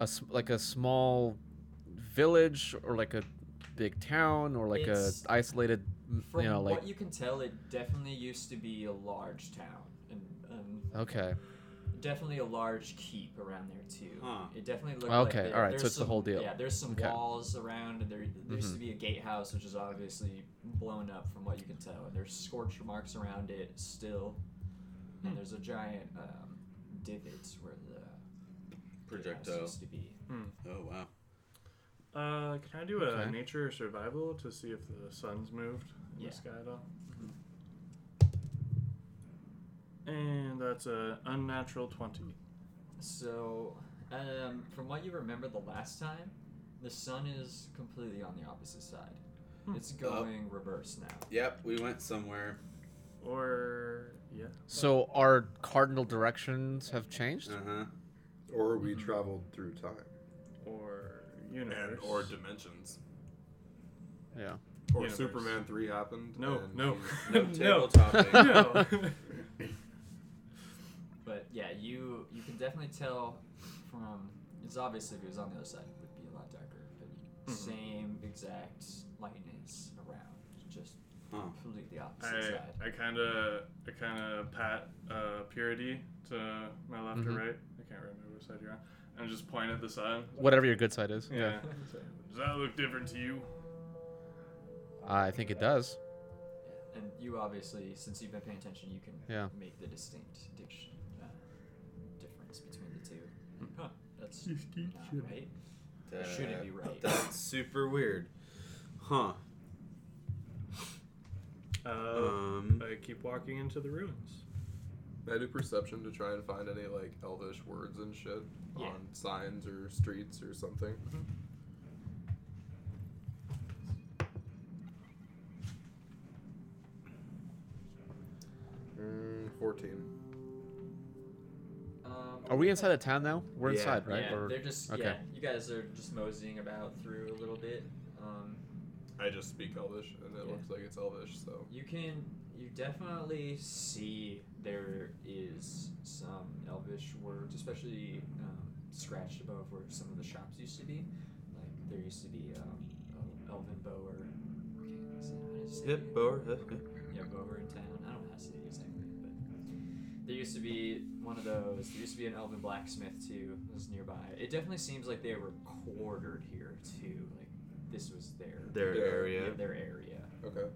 Speaker 6: a s- like a small village, or like a big town, or like
Speaker 5: It's-
Speaker 6: a isolated, m-
Speaker 5: From
Speaker 6: you know, like
Speaker 5: what you can tell, it definitely used to be a large town and, and
Speaker 6: okay,
Speaker 5: definitely a large keep around there too.
Speaker 12: Huh.
Speaker 5: It definitely looked
Speaker 6: Okay,
Speaker 5: like there-
Speaker 6: all right,
Speaker 5: there's
Speaker 6: so it's the
Speaker 5: some-
Speaker 6: whole deal.
Speaker 5: Yeah, there's some
Speaker 6: Okay. Mm-hmm.
Speaker 5: walls around. And there, there used to be a gatehouse, which is obviously blown up from what you can tell, and there's scorch marks around it still.
Speaker 12: Hmm.
Speaker 5: And there's a giant um, divot where the gatehouse
Speaker 12: Projectile.
Speaker 5: used to be.
Speaker 12: Oh wow.
Speaker 1: Uh, can I do a
Speaker 6: Okay.
Speaker 1: nature or survival to see if the sun's moved in
Speaker 2: Yeah.
Speaker 1: the sky at all? And that's a unnatural twenty.
Speaker 5: So, um, from what you remember the last time, the sun is completely on the opposite side.
Speaker 12: Hmm.
Speaker 5: It's going reverse now.
Speaker 12: Yep, we went somewhere.
Speaker 1: Or yeah.
Speaker 6: So our cardinal directions have changed.
Speaker 12: Uh huh.
Speaker 7: Or we traveled through time.
Speaker 1: Or universe.
Speaker 12: And or dimensions.
Speaker 6: Yeah.
Speaker 7: Or
Speaker 1: Universe.
Speaker 7: Superman 3 happened.
Speaker 1: No,
Speaker 7: and
Speaker 1: no,
Speaker 7: he-
Speaker 12: No tabletop thing.
Speaker 1: no.
Speaker 5: But yeah, you you can definitely tell from it's obviously if it was on the other side, it would be a lot darker. But
Speaker 1: Mhm.
Speaker 6: Mm-hmm.
Speaker 5: same exact lightness around, just
Speaker 12: Huh.
Speaker 5: completely opposite
Speaker 1: I
Speaker 5: side.
Speaker 1: I kind of I kind of pat uh, purity to my left
Speaker 6: Mhm.
Speaker 1: or right. I can't remember which side you're on. And just point at the sun.
Speaker 6: Whatever your good side is.
Speaker 1: Yeah. Does that look different to you?
Speaker 6: I think it does.
Speaker 5: And you obviously, since you've been paying attention, you can
Speaker 6: Yeah.
Speaker 5: make the distinct dish, uh, difference between the two.
Speaker 6: Hmm.
Speaker 5: Huh, that's
Speaker 1: Distinct
Speaker 5: not
Speaker 1: difference.
Speaker 5: right.
Speaker 6: Uh,
Speaker 12: That-
Speaker 5: Shouldn't be right.
Speaker 12: That's super weird. Huh.
Speaker 1: Uh,
Speaker 12: Um.
Speaker 1: I keep walking into the ruins.
Speaker 7: Can I do perception to try and find any like elvish words and shit
Speaker 5: Yeah.
Speaker 7: on signs or streets or something. Mm, 14.
Speaker 5: Um,
Speaker 6: Are we inside of town now? We're
Speaker 12: Yeah.
Speaker 6: inside, right?
Speaker 5: Yeah,
Speaker 6: Or-
Speaker 5: they're just
Speaker 6: okay.
Speaker 5: yeah. You guys are just moseying about through a little bit. Um,
Speaker 7: I just speak elvish and it
Speaker 5: Yeah.
Speaker 7: looks like it's elvish, so.
Speaker 5: you can you definitely see there is some elvish words, especially um, scratched above where some of the shops used to be. Like there used to be um, el- elven bower. Okay, so how do you say it?
Speaker 12: Hip or hip.
Speaker 5: Yeah, over in town. I don't know how to say it exactly, but there used to be one of those. There used to be an elven blacksmith too. That was nearby. It definitely seems like they were quartered here too. Like this was their
Speaker 12: Their
Speaker 7: Yeah.
Speaker 5: yeah,
Speaker 12: area.
Speaker 5: their area.
Speaker 7: Okay.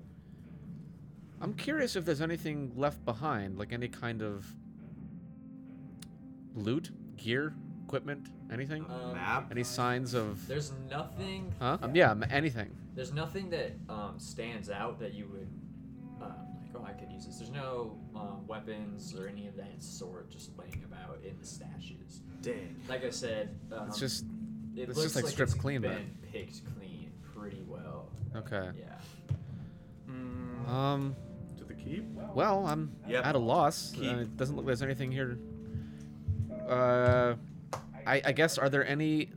Speaker 6: I'm curious if there's anything left behind, like any kind of loot, gear, equipment, anything.
Speaker 5: Um,
Speaker 12: Map.
Speaker 6: Any signs of?
Speaker 5: There's nothing.
Speaker 6: Huh? Um, yeah, m- anything.
Speaker 5: There's nothing that um, stands out that you would um, like. Oh, I could use this. There's no um, weapons or any of that sort just laying about in the stashes.
Speaker 12: Dang.
Speaker 5: Like I said, um,
Speaker 6: It's just
Speaker 5: it
Speaker 6: it's
Speaker 5: looks
Speaker 6: just, like, stripped
Speaker 5: it's
Speaker 6: clean,
Speaker 5: been
Speaker 6: right?
Speaker 5: picked clean pretty well.
Speaker 6: okay.
Speaker 5: Yeah.
Speaker 1: Mm,
Speaker 6: Um.
Speaker 1: to the keep.
Speaker 6: Well, I'm
Speaker 12: Yep.
Speaker 6: at a loss. Uh,
Speaker 12: Keep.
Speaker 6: it doesn't look there's anything here. Uh, I, I guess are there any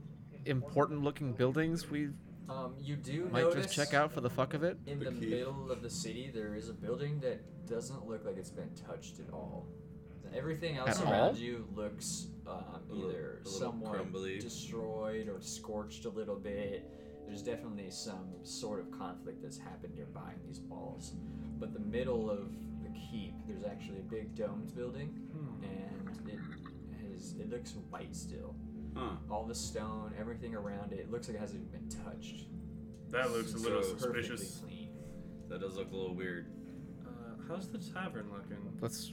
Speaker 6: important-looking buildings we
Speaker 5: Um, you do
Speaker 6: might
Speaker 5: notice
Speaker 6: just check out for the fuck of it?
Speaker 5: in
Speaker 7: The
Speaker 5: the,
Speaker 7: key.
Speaker 5: middle of the city there is a building that doesn't look like it's been touched at all. Everything else
Speaker 6: At
Speaker 5: around
Speaker 6: all?
Speaker 5: you looks um,
Speaker 12: A little-
Speaker 5: either
Speaker 12: a little
Speaker 5: somewhat
Speaker 12: crumbly.
Speaker 5: destroyed or scorched a little bit. There's definitely some sort of conflict that's happened nearby in these walls. But the middle of the keep, there's actually a big domed building,
Speaker 12: Hmm.
Speaker 5: and it is it looks white still.
Speaker 12: Huh.
Speaker 5: All the stone, everything around it, it looks like it hasn't even been touched.
Speaker 1: That looks a little
Speaker 12: So-
Speaker 5: Perfectly
Speaker 1: suspicious.
Speaker 5: clean.
Speaker 12: That does look a little weird.
Speaker 1: Uh, how's the tavern looking?
Speaker 6: Let's.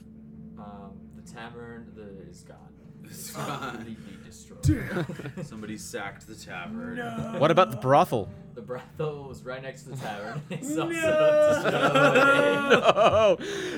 Speaker 5: Um, the tavern the, is gone.
Speaker 12: It's
Speaker 5: Uh,
Speaker 12: gone.
Speaker 5: Completely destroyed.
Speaker 12: Somebody sacked the tavern.
Speaker 6: What about the brothel?
Speaker 5: The brothel was right next to the tavern. It's also
Speaker 1: No!
Speaker 5: destroyed.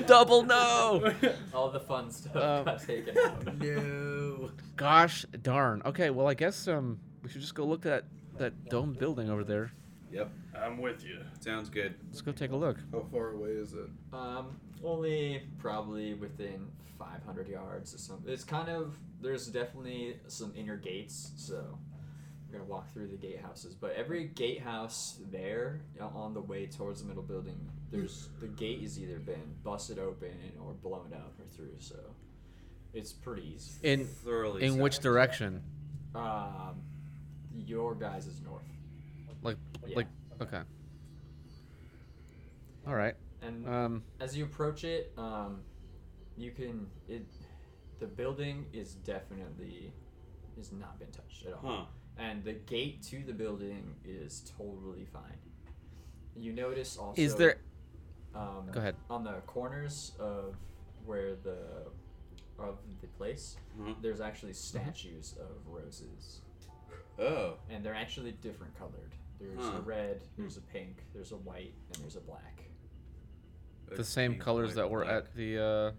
Speaker 6: no, double no.
Speaker 5: All the fun stuff
Speaker 6: Um,
Speaker 5: got taken out.
Speaker 12: No.
Speaker 6: Gosh darn. Okay, well I guess um we should just go look at that dome building over there.
Speaker 12: Yep.
Speaker 1: I'm with you.
Speaker 12: Sounds good.
Speaker 6: Let's go take a look.
Speaker 7: How far away is it?
Speaker 5: Um, only probably within 500 yards or something. It's kind of there's definitely some inner gates, so we're gonna walk through the gatehouses. But every gatehouse there you know, on the way towards the middle building, there's the gate has either been busted open or blown up or through. So it's pretty easy.
Speaker 6: In
Speaker 12: Thoroughly.
Speaker 6: in which
Speaker 12: sacked.
Speaker 6: direction?
Speaker 5: Um, your guys is north.
Speaker 6: Like
Speaker 5: Yeah.
Speaker 6: like okay. All right.
Speaker 5: And
Speaker 6: Um.
Speaker 5: as you approach it, um, you can it. The building is definitely has not been touched at all,
Speaker 12: Huh.
Speaker 5: and the gate to the building is totally fine. You notice also
Speaker 6: Is there?
Speaker 5: um,
Speaker 6: Go ahead.
Speaker 5: on the corners of where the of the place.
Speaker 12: Mhm.
Speaker 6: Mm-hmm.
Speaker 5: There's actually statues of roses
Speaker 12: Oh.
Speaker 5: and they're actually different colored. There's
Speaker 12: Huh.
Speaker 5: a red, there's
Speaker 6: Hmm.
Speaker 5: a pink, there's a white, and there's a black.
Speaker 12: Uh,
Speaker 6: The same
Speaker 12: pink,
Speaker 6: colors
Speaker 12: white,
Speaker 6: that were
Speaker 12: black.
Speaker 6: at the. Uh,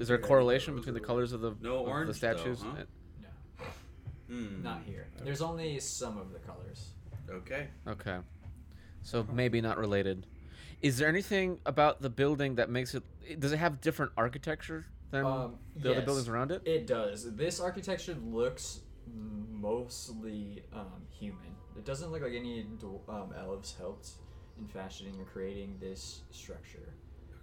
Speaker 6: is there a correlation between the colors of the
Speaker 12: No
Speaker 6: of
Speaker 12: orange,
Speaker 6: the
Speaker 12: though,
Speaker 6: statues? Eh,
Speaker 12: huh?
Speaker 6: and-
Speaker 5: No,
Speaker 12: Hmm.
Speaker 4: Mm.
Speaker 5: not here. There's only some of the colors.
Speaker 12: Okay.
Speaker 6: Okay. So maybe not related. Is there anything about the building that makes it? Does it have different architecture than
Speaker 5: Um,
Speaker 6: the other
Speaker 5: yes.
Speaker 6: buildings around it?
Speaker 5: It does. This architecture looks mostly um, human. It doesn't look like any dw- um, elves helped in fashioning or creating this structure.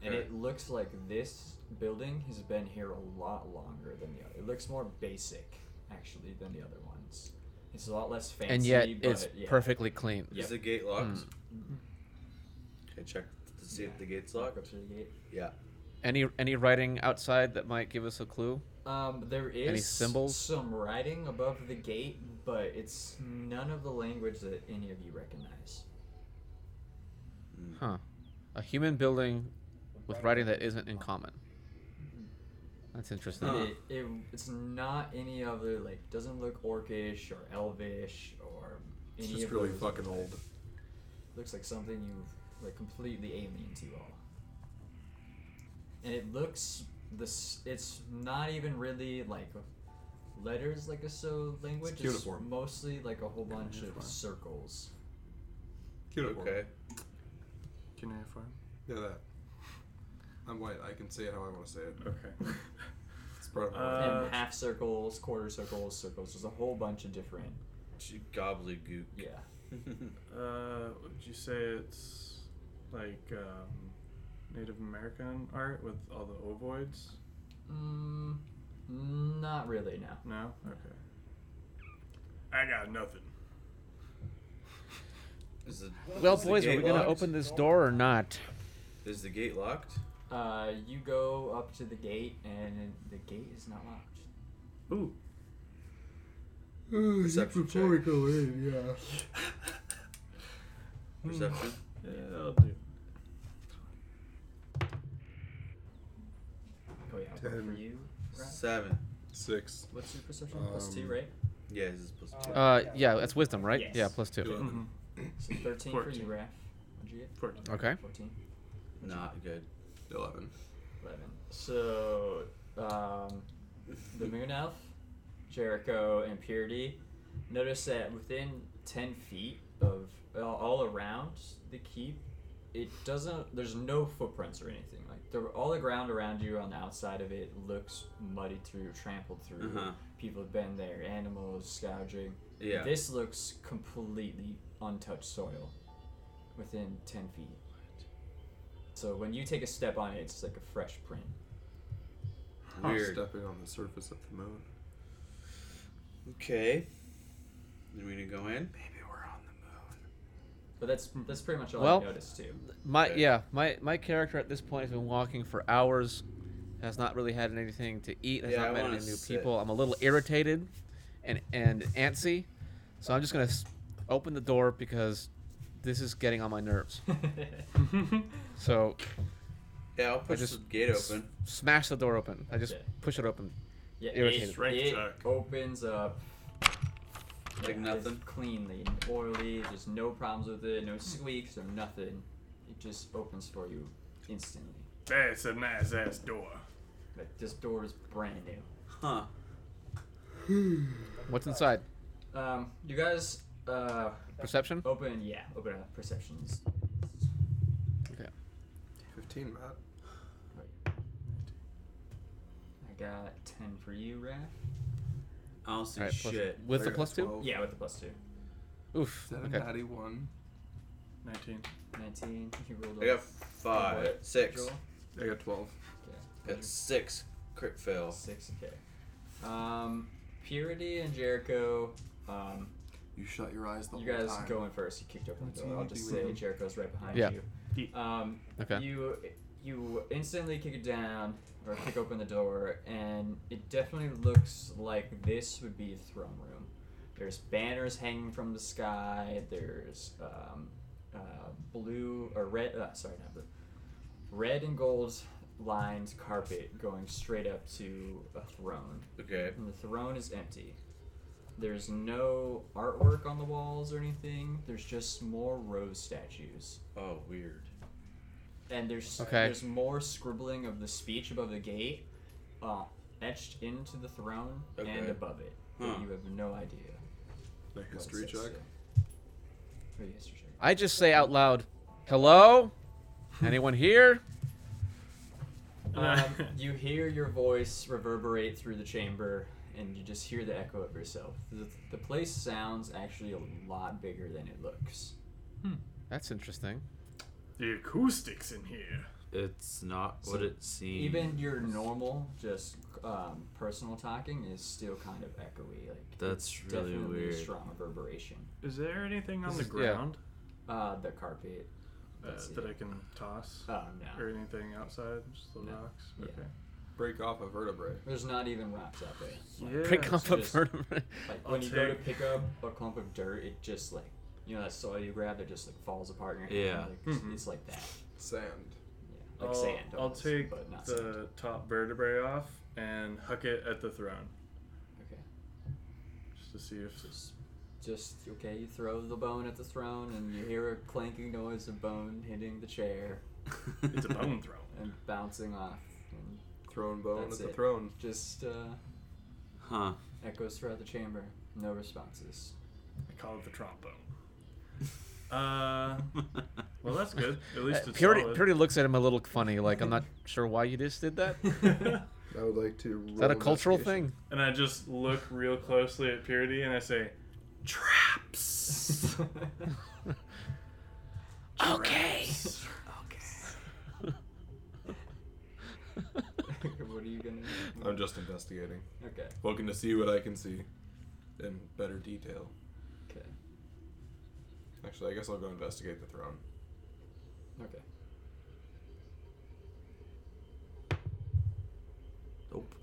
Speaker 5: And
Speaker 12: Okay.
Speaker 5: it looks like this building has been here a lot longer than the other. It looks more basic, actually, than the other ones. It's a lot less fancy.
Speaker 6: and yet it's
Speaker 5: but, yeah.
Speaker 6: perfectly clean.
Speaker 5: Yeah.
Speaker 12: Is the gate locked?
Speaker 6: Hmm.
Speaker 12: Okay, check to see
Speaker 5: Yeah.
Speaker 12: if the gate's
Speaker 5: Lock
Speaker 12: locked.
Speaker 5: up to the gate.
Speaker 12: Yeah.
Speaker 6: Any any writing outside that might give us a clue?
Speaker 5: Um, there is
Speaker 6: symbols?
Speaker 5: some writing above the gate, but it's none of the language that any of you recognize.
Speaker 6: Huh. A human building with writing that isn't in common. That's interesting.
Speaker 12: Huh.
Speaker 5: It, it, it's not any other like doesn't look orcish or elvish or any
Speaker 7: It's just
Speaker 5: of
Speaker 7: really
Speaker 5: those.
Speaker 7: fucking old.
Speaker 5: Looks like something you like completely alien to you all. And it looks this. It's not even really like letters like a so language. It's,
Speaker 7: cuneiform.
Speaker 5: mostly like a whole bunch of circles.
Speaker 7: Cuneiform.
Speaker 12: Okay.
Speaker 1: Cuneiform.
Speaker 7: Yeah, that. I'm white. I can say it how I want to say it.
Speaker 1: Okay.
Speaker 7: It's part of my
Speaker 1: Uh,
Speaker 5: and half circles, quarter circles, circles. There's a whole bunch of different.
Speaker 12: She gobbledygook.
Speaker 5: Yeah.
Speaker 1: Uh, would you say it's like um, Native American art with all the ovoids?
Speaker 5: Mm, not really. No.
Speaker 1: No. Okay. I got nothing.
Speaker 12: Is it,
Speaker 6: Well,
Speaker 12: is the
Speaker 6: boys, are we
Speaker 12: gate
Speaker 6: gonna
Speaker 12: locked?
Speaker 6: open this door or not?
Speaker 12: Is the gate locked?
Speaker 5: Uh, you go up to the gate, and the gate is not locked.
Speaker 1: Ooh.
Speaker 12: Perception check.
Speaker 7: go in, yeah.
Speaker 5: Hmm.
Speaker 12: Perception.
Speaker 1: Yeah, that'll do.
Speaker 5: Oh yeah, I'll roll for
Speaker 7: Ten.
Speaker 5: you. Right.
Speaker 12: Seven.
Speaker 7: Six.
Speaker 5: What's your perception? plus two,
Speaker 7: Um,
Speaker 5: right?
Speaker 12: Yeah, this is plus two.
Speaker 6: Uh, yeah, that's wisdom, right?
Speaker 5: Yes.
Speaker 6: Yeah, plus two.
Speaker 1: Mhm.
Speaker 5: So thirteen for
Speaker 1: fourteen.
Speaker 5: you, Raph. What'd you get?
Speaker 1: Fourteen.
Speaker 6: Okay.
Speaker 5: Fourteen. Mm-hmm.
Speaker 12: Not good.
Speaker 7: Eleven.
Speaker 5: Eleven. So, um, the moon elf, Jericho, and Purity. Notice that within ten feet of all- all around the keep, it doesn't. There's no footprints or anything. Like the, all the ground around you on the outside of it looks muddied through, trampled through.
Speaker 12: Uh-huh.
Speaker 5: People have been there. Animals scourging.
Speaker 12: Yeah.
Speaker 5: This looks completely untouched soil within 10 feet. So when you take a step on it, it's like a fresh print.
Speaker 12: Weird.
Speaker 7: Stepping on the surface of the moon.
Speaker 12: Okay. Are we gonna go in?
Speaker 7: Maybe we're on the
Speaker 5: But that's
Speaker 12: Mm-hmm.
Speaker 5: that's pretty much all
Speaker 6: Well-
Speaker 5: I noticed too.
Speaker 6: My
Speaker 12: Okay.
Speaker 6: yeah, my my character at this point has been walking for hours, has not really had anything to eat, has
Speaker 12: Yeah, I
Speaker 6: not met
Speaker 12: wanna
Speaker 6: any new
Speaker 12: sit.
Speaker 6: people. I'm a little irritated, and and antsy, so I'm just gonna s- open the door because this is getting on my nerves. So
Speaker 12: Yeah, I'll push
Speaker 6: just-
Speaker 12: the gate
Speaker 6: s-
Speaker 12: open.
Speaker 6: smash the door open. I just
Speaker 5: Okay.
Speaker 6: push it open.
Speaker 5: yeah,
Speaker 6: irritated.
Speaker 5: it,
Speaker 1: Strength
Speaker 5: it
Speaker 1: check.
Speaker 5: opens up
Speaker 12: Like
Speaker 5: yeah, it's
Speaker 12: nothing?
Speaker 5: cleanly, and oily. There's no problems with it, no squeaks or nothing. It just opens for you instantly.
Speaker 1: That's a nice ass door.
Speaker 5: Like this door is brand new.
Speaker 12: Huh.
Speaker 6: What's inside?
Speaker 5: Um, you guys uh,
Speaker 6: Perception.
Speaker 12: Oh.
Speaker 5: open yeah, open up perceptions.
Speaker 7: moon. Fifteen, Matt.
Speaker 5: I got ten for you, Raph.
Speaker 12: I don't see
Speaker 6: All right, plus,
Speaker 12: shit.
Speaker 6: with
Speaker 7: I
Speaker 6: the
Speaker 7: got
Speaker 6: plus two.
Speaker 12: Oh.
Speaker 7: 12.
Speaker 5: Yeah, with the plus two.
Speaker 6: Oof.
Speaker 7: Is that a
Speaker 6: Okay.
Speaker 7: natty one?
Speaker 1: Nineteen.
Speaker 5: 19. He rolled
Speaker 12: I got
Speaker 5: a-
Speaker 12: five,
Speaker 5: what?
Speaker 12: six.
Speaker 5: Joel?
Speaker 7: I got twelve.
Speaker 5: Okay.
Speaker 12: Got six. Crit fail.
Speaker 5: Six, okay. Um, Purity and Jericho. Um,
Speaker 7: You shut your eyes the
Speaker 5: you
Speaker 7: whole
Speaker 5: guys
Speaker 7: time.
Speaker 5: go in first. You kicked open the
Speaker 7: That's
Speaker 5: door. I'll
Speaker 7: easy
Speaker 5: just
Speaker 7: with
Speaker 5: say
Speaker 7: them.
Speaker 5: Jericho's right behind
Speaker 6: Yeah.
Speaker 5: you. Um,
Speaker 6: Okay.
Speaker 5: You you instantly kick it down or kick open the door, and it definitely looks like this would be a throne room. There's banners hanging from the sky. There's um, uh, blue or red. Uh, sorry, not blue. Red and gold lined carpet going straight up to a throne,
Speaker 12: Okay.
Speaker 5: and the throne is empty. There's no artwork on the walls or anything. There's just more rose statues.
Speaker 4: Oh, weird.
Speaker 5: And there's
Speaker 6: Okay.
Speaker 5: there's more scribbling of the speech above the gate, uh, etched into the throne and
Speaker 4: Okay.
Speaker 5: above it.
Speaker 4: Huh.
Speaker 5: You have no idea.
Speaker 7: A
Speaker 5: what
Speaker 7: history
Speaker 5: it says
Speaker 7: check.
Speaker 5: there. Or the history check.
Speaker 6: I just say out loud, "Hello, anyone here?"
Speaker 5: Um, you hear your voice reverberate through the chamber, and you just hear the echo of yourself. The, the place sounds actually a lot bigger than it looks.
Speaker 6: That's interesting.
Speaker 1: The acoustics in here.
Speaker 4: It's not what it seems.
Speaker 5: Even your normal, just um, personal talking is still kind of echoey. Like
Speaker 4: That's
Speaker 5: it's
Speaker 4: really
Speaker 5: definitely a
Speaker 4: weird.
Speaker 5: strong reverberation.
Speaker 1: Is there anything on
Speaker 6: This
Speaker 1: the
Speaker 6: is- yeah.
Speaker 1: ground
Speaker 5: Uh, the carpet.
Speaker 1: uh,
Speaker 5: That's
Speaker 1: that
Speaker 5: it.
Speaker 1: I can toss?
Speaker 5: Oh no,
Speaker 1: Or anything outside? Just the
Speaker 5: No.
Speaker 1: rocks?
Speaker 5: Yeah.
Speaker 1: Okay.
Speaker 7: Break off a vertebrae.
Speaker 5: there's not even rocks out there.
Speaker 1: Yeah.
Speaker 6: Pick up
Speaker 5: so
Speaker 6: a
Speaker 5: just-
Speaker 6: vertebrae.
Speaker 5: Like
Speaker 1: I'll
Speaker 5: when you go to
Speaker 1: take-
Speaker 5: pick up a clump of dirt, it just like you know that soil you grab that just like falls apart in your hand.
Speaker 4: Yeah.
Speaker 5: like,
Speaker 1: Mhm.
Speaker 5: it's like that.
Speaker 7: Sand.
Speaker 5: Yeah, like sand.
Speaker 1: I'll
Speaker 5: almost,
Speaker 1: take
Speaker 5: but not
Speaker 1: the
Speaker 5: sand.
Speaker 1: top vertebrae off and huck it at the throne.
Speaker 5: Okay.
Speaker 1: Just to see if.
Speaker 5: Just, just okay. You throw the bone at the throne, and you hear a clanking noise of bone hitting the chair
Speaker 1: It's a bone throne.
Speaker 5: and bouncing off, and
Speaker 7: Throne bone
Speaker 5: That's
Speaker 7: at the
Speaker 5: it.
Speaker 7: throne.
Speaker 5: just uh,
Speaker 4: Huh.
Speaker 5: echoes throughout the chamber. No responses.
Speaker 1: I call it the trombone. Uh, well, that's good. At least
Speaker 6: Uh,
Speaker 1: it's
Speaker 6: Purity,
Speaker 1: solid.
Speaker 6: Purity looks at him a little funny, like I'm not sure why you just did that. Is
Speaker 7: I would like to. Is
Speaker 6: that a cultural thing?
Speaker 1: And I just look real closely at Purity and I say,
Speaker 4: Traps.
Speaker 6: Okay.
Speaker 5: what are you gonna?
Speaker 7: I'm just investigating.
Speaker 5: Okay.
Speaker 7: Looking to see what I can see in better detail.
Speaker 5: Okay.
Speaker 7: Actually, I guess I'll go investigate the throne.
Speaker 5: Okay.
Speaker 4: nope.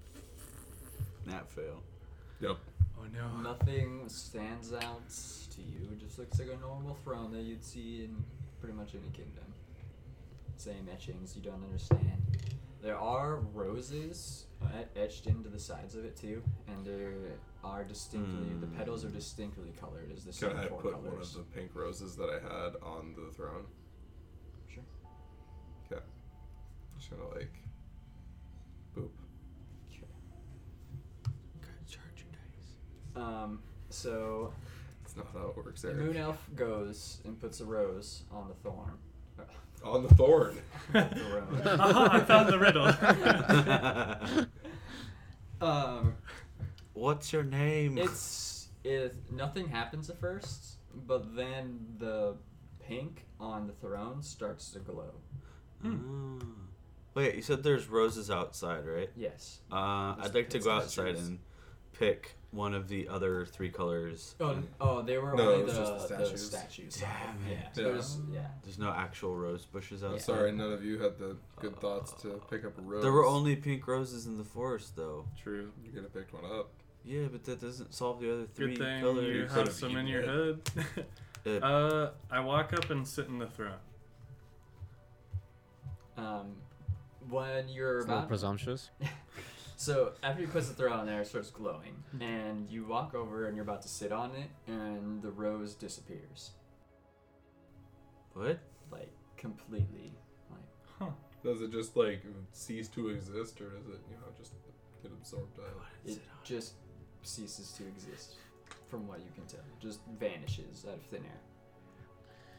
Speaker 4: That fail.
Speaker 7: Yep.
Speaker 1: Oh no.
Speaker 5: Nothing stands out to you. It just looks like a normal throne that you'd see in pretty much any kingdom. Same etchings you don't understand. There are roses et- etched into the sides of it too, and there are distinctly the
Speaker 4: Hmm.
Speaker 5: petals are distinctly colored as the same
Speaker 7: Can I
Speaker 5: four
Speaker 7: put
Speaker 5: colors.
Speaker 7: one of the pink roses that I had on the throne?
Speaker 5: Sure.
Speaker 7: Okay. Just gonna like. Boop.
Speaker 5: Sure. Um. So
Speaker 7: It's not how it works,
Speaker 5: the
Speaker 7: Eric.
Speaker 5: moon elf goes and puts a rose on the thorn.
Speaker 7: On the thorn.
Speaker 5: The rose.
Speaker 1: Aha, I found the riddle.
Speaker 5: Um.
Speaker 4: What's your name?
Speaker 5: It's it. Nothing happens at first, but then the pink on the throne starts to glow.
Speaker 4: Ah. Wait, you said there's roses outside, right?
Speaker 5: Yes.
Speaker 4: Uh,
Speaker 5: Let's
Speaker 4: I'd like to
Speaker 5: pick
Speaker 4: go
Speaker 5: some
Speaker 4: outside
Speaker 5: trees.
Speaker 4: and pick one of the other three colors.
Speaker 5: Oh, n- oh, they were
Speaker 7: No,
Speaker 5: only
Speaker 7: it was
Speaker 5: the,
Speaker 7: just the
Speaker 5: the
Speaker 7: statues.
Speaker 5: statues.
Speaker 4: Damn
Speaker 5: yeah.
Speaker 4: it.
Speaker 7: Yeah.
Speaker 5: There's, yeah.
Speaker 4: There's no actual rose bushes
Speaker 7: I'm
Speaker 4: outside.
Speaker 7: sorry, none of you had the
Speaker 5: Uh,
Speaker 7: good thoughts to pick up a rose.
Speaker 4: There were only pink roses in the forest, though.
Speaker 1: True.
Speaker 7: You could have picked one up.
Speaker 4: Yeah, but that doesn't solve the other three
Speaker 1: Good thing
Speaker 4: colors.
Speaker 1: you have some in your hood.
Speaker 4: Uh,
Speaker 1: uh, I walk up and sit in the throne.
Speaker 5: Um, when you're
Speaker 6: It's a little
Speaker 5: about
Speaker 6: presumptuous.
Speaker 5: so after you put the throne on there, it starts glowing, and you walk over and you're about to sit on it, and the rose disappears,
Speaker 4: what?
Speaker 5: like completely. Like
Speaker 1: Huh.
Speaker 7: Does it just like cease to exist, or does it, you know, just get absorbed? Out?
Speaker 5: it just ceases to exist, from what you can tell. Just vanishes out of thin air.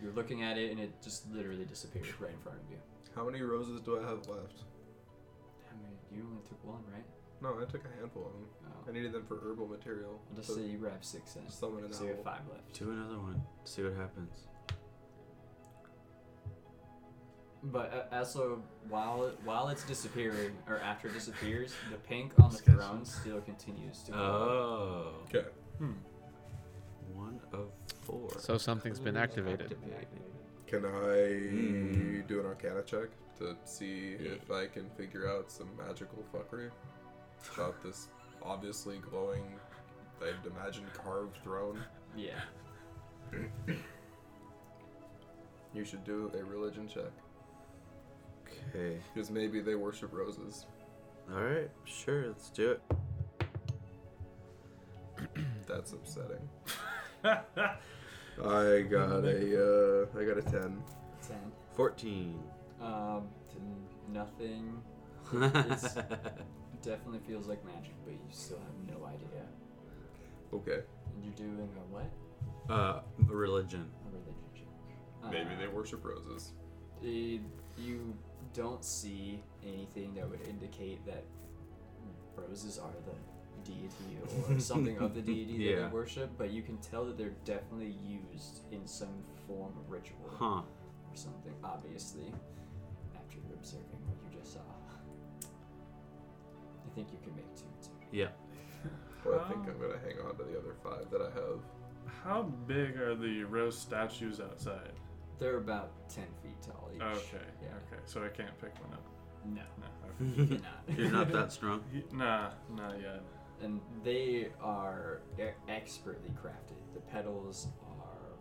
Speaker 5: You're looking at it, and it just literally disappears right in front of you.
Speaker 7: How many roses do I have left?
Speaker 5: I mean, you only took one, right?
Speaker 7: No, I took a handful of them.
Speaker 5: Oh.
Speaker 7: I needed them for herbal material.
Speaker 5: I'll just
Speaker 7: So
Speaker 5: say you grab six in. So
Speaker 7: summon an
Speaker 5: you
Speaker 7: owl.
Speaker 5: have five left.
Speaker 4: Do another one. See what happens.
Speaker 5: But uh, also, while it, while it's disappearing, or after it disappears, the pink on the throne still continues to glow.
Speaker 4: Oh.
Speaker 7: Okay.
Speaker 1: Hmm.
Speaker 4: One of four.
Speaker 6: So something's been activated.
Speaker 7: Can I do an Arcana check to see if I can figure out some magical fuckery about this obviously glowing, I'd imagine carved throne?
Speaker 5: Yeah.
Speaker 7: You should do a religion check
Speaker 4: Okay.
Speaker 7: because maybe they worship roses.
Speaker 4: All right. Sure. Let's do it.
Speaker 7: That That's upsetting. I got a uh, I got a ten.
Speaker 5: Ten.
Speaker 4: 14.
Speaker 5: Um, to nothing. It's definitely feels like magic, but you still have no idea.
Speaker 7: Okay.
Speaker 5: And you're doing a what?
Speaker 4: Uh, religion.
Speaker 5: A religion check.
Speaker 7: Maybe
Speaker 5: Uh,
Speaker 7: they worship roses.
Speaker 5: it- you don't see anything that would indicate that roses are the deity or something of the deity that
Speaker 4: Yeah.
Speaker 5: they worship, but you can tell that they're definitely used in some form of ritual
Speaker 4: Huh.
Speaker 5: or something, obviously, after observing what you just saw. I think you can make two and two.
Speaker 4: Yeah.
Speaker 7: But I think
Speaker 1: Wow.
Speaker 7: I'm gonna hang on to the other five that I have.
Speaker 1: How big are the rose statues outside?
Speaker 5: They're about 10 feet tall each.
Speaker 1: Okay.
Speaker 5: Yeah.
Speaker 1: Okay. So I can't pick one up.
Speaker 5: No,
Speaker 1: No.
Speaker 5: you're not.
Speaker 4: Mm-hmm. You're not that strong.
Speaker 1: Y- Nah, not yet.
Speaker 5: and they are e- expertly crafted. The petals are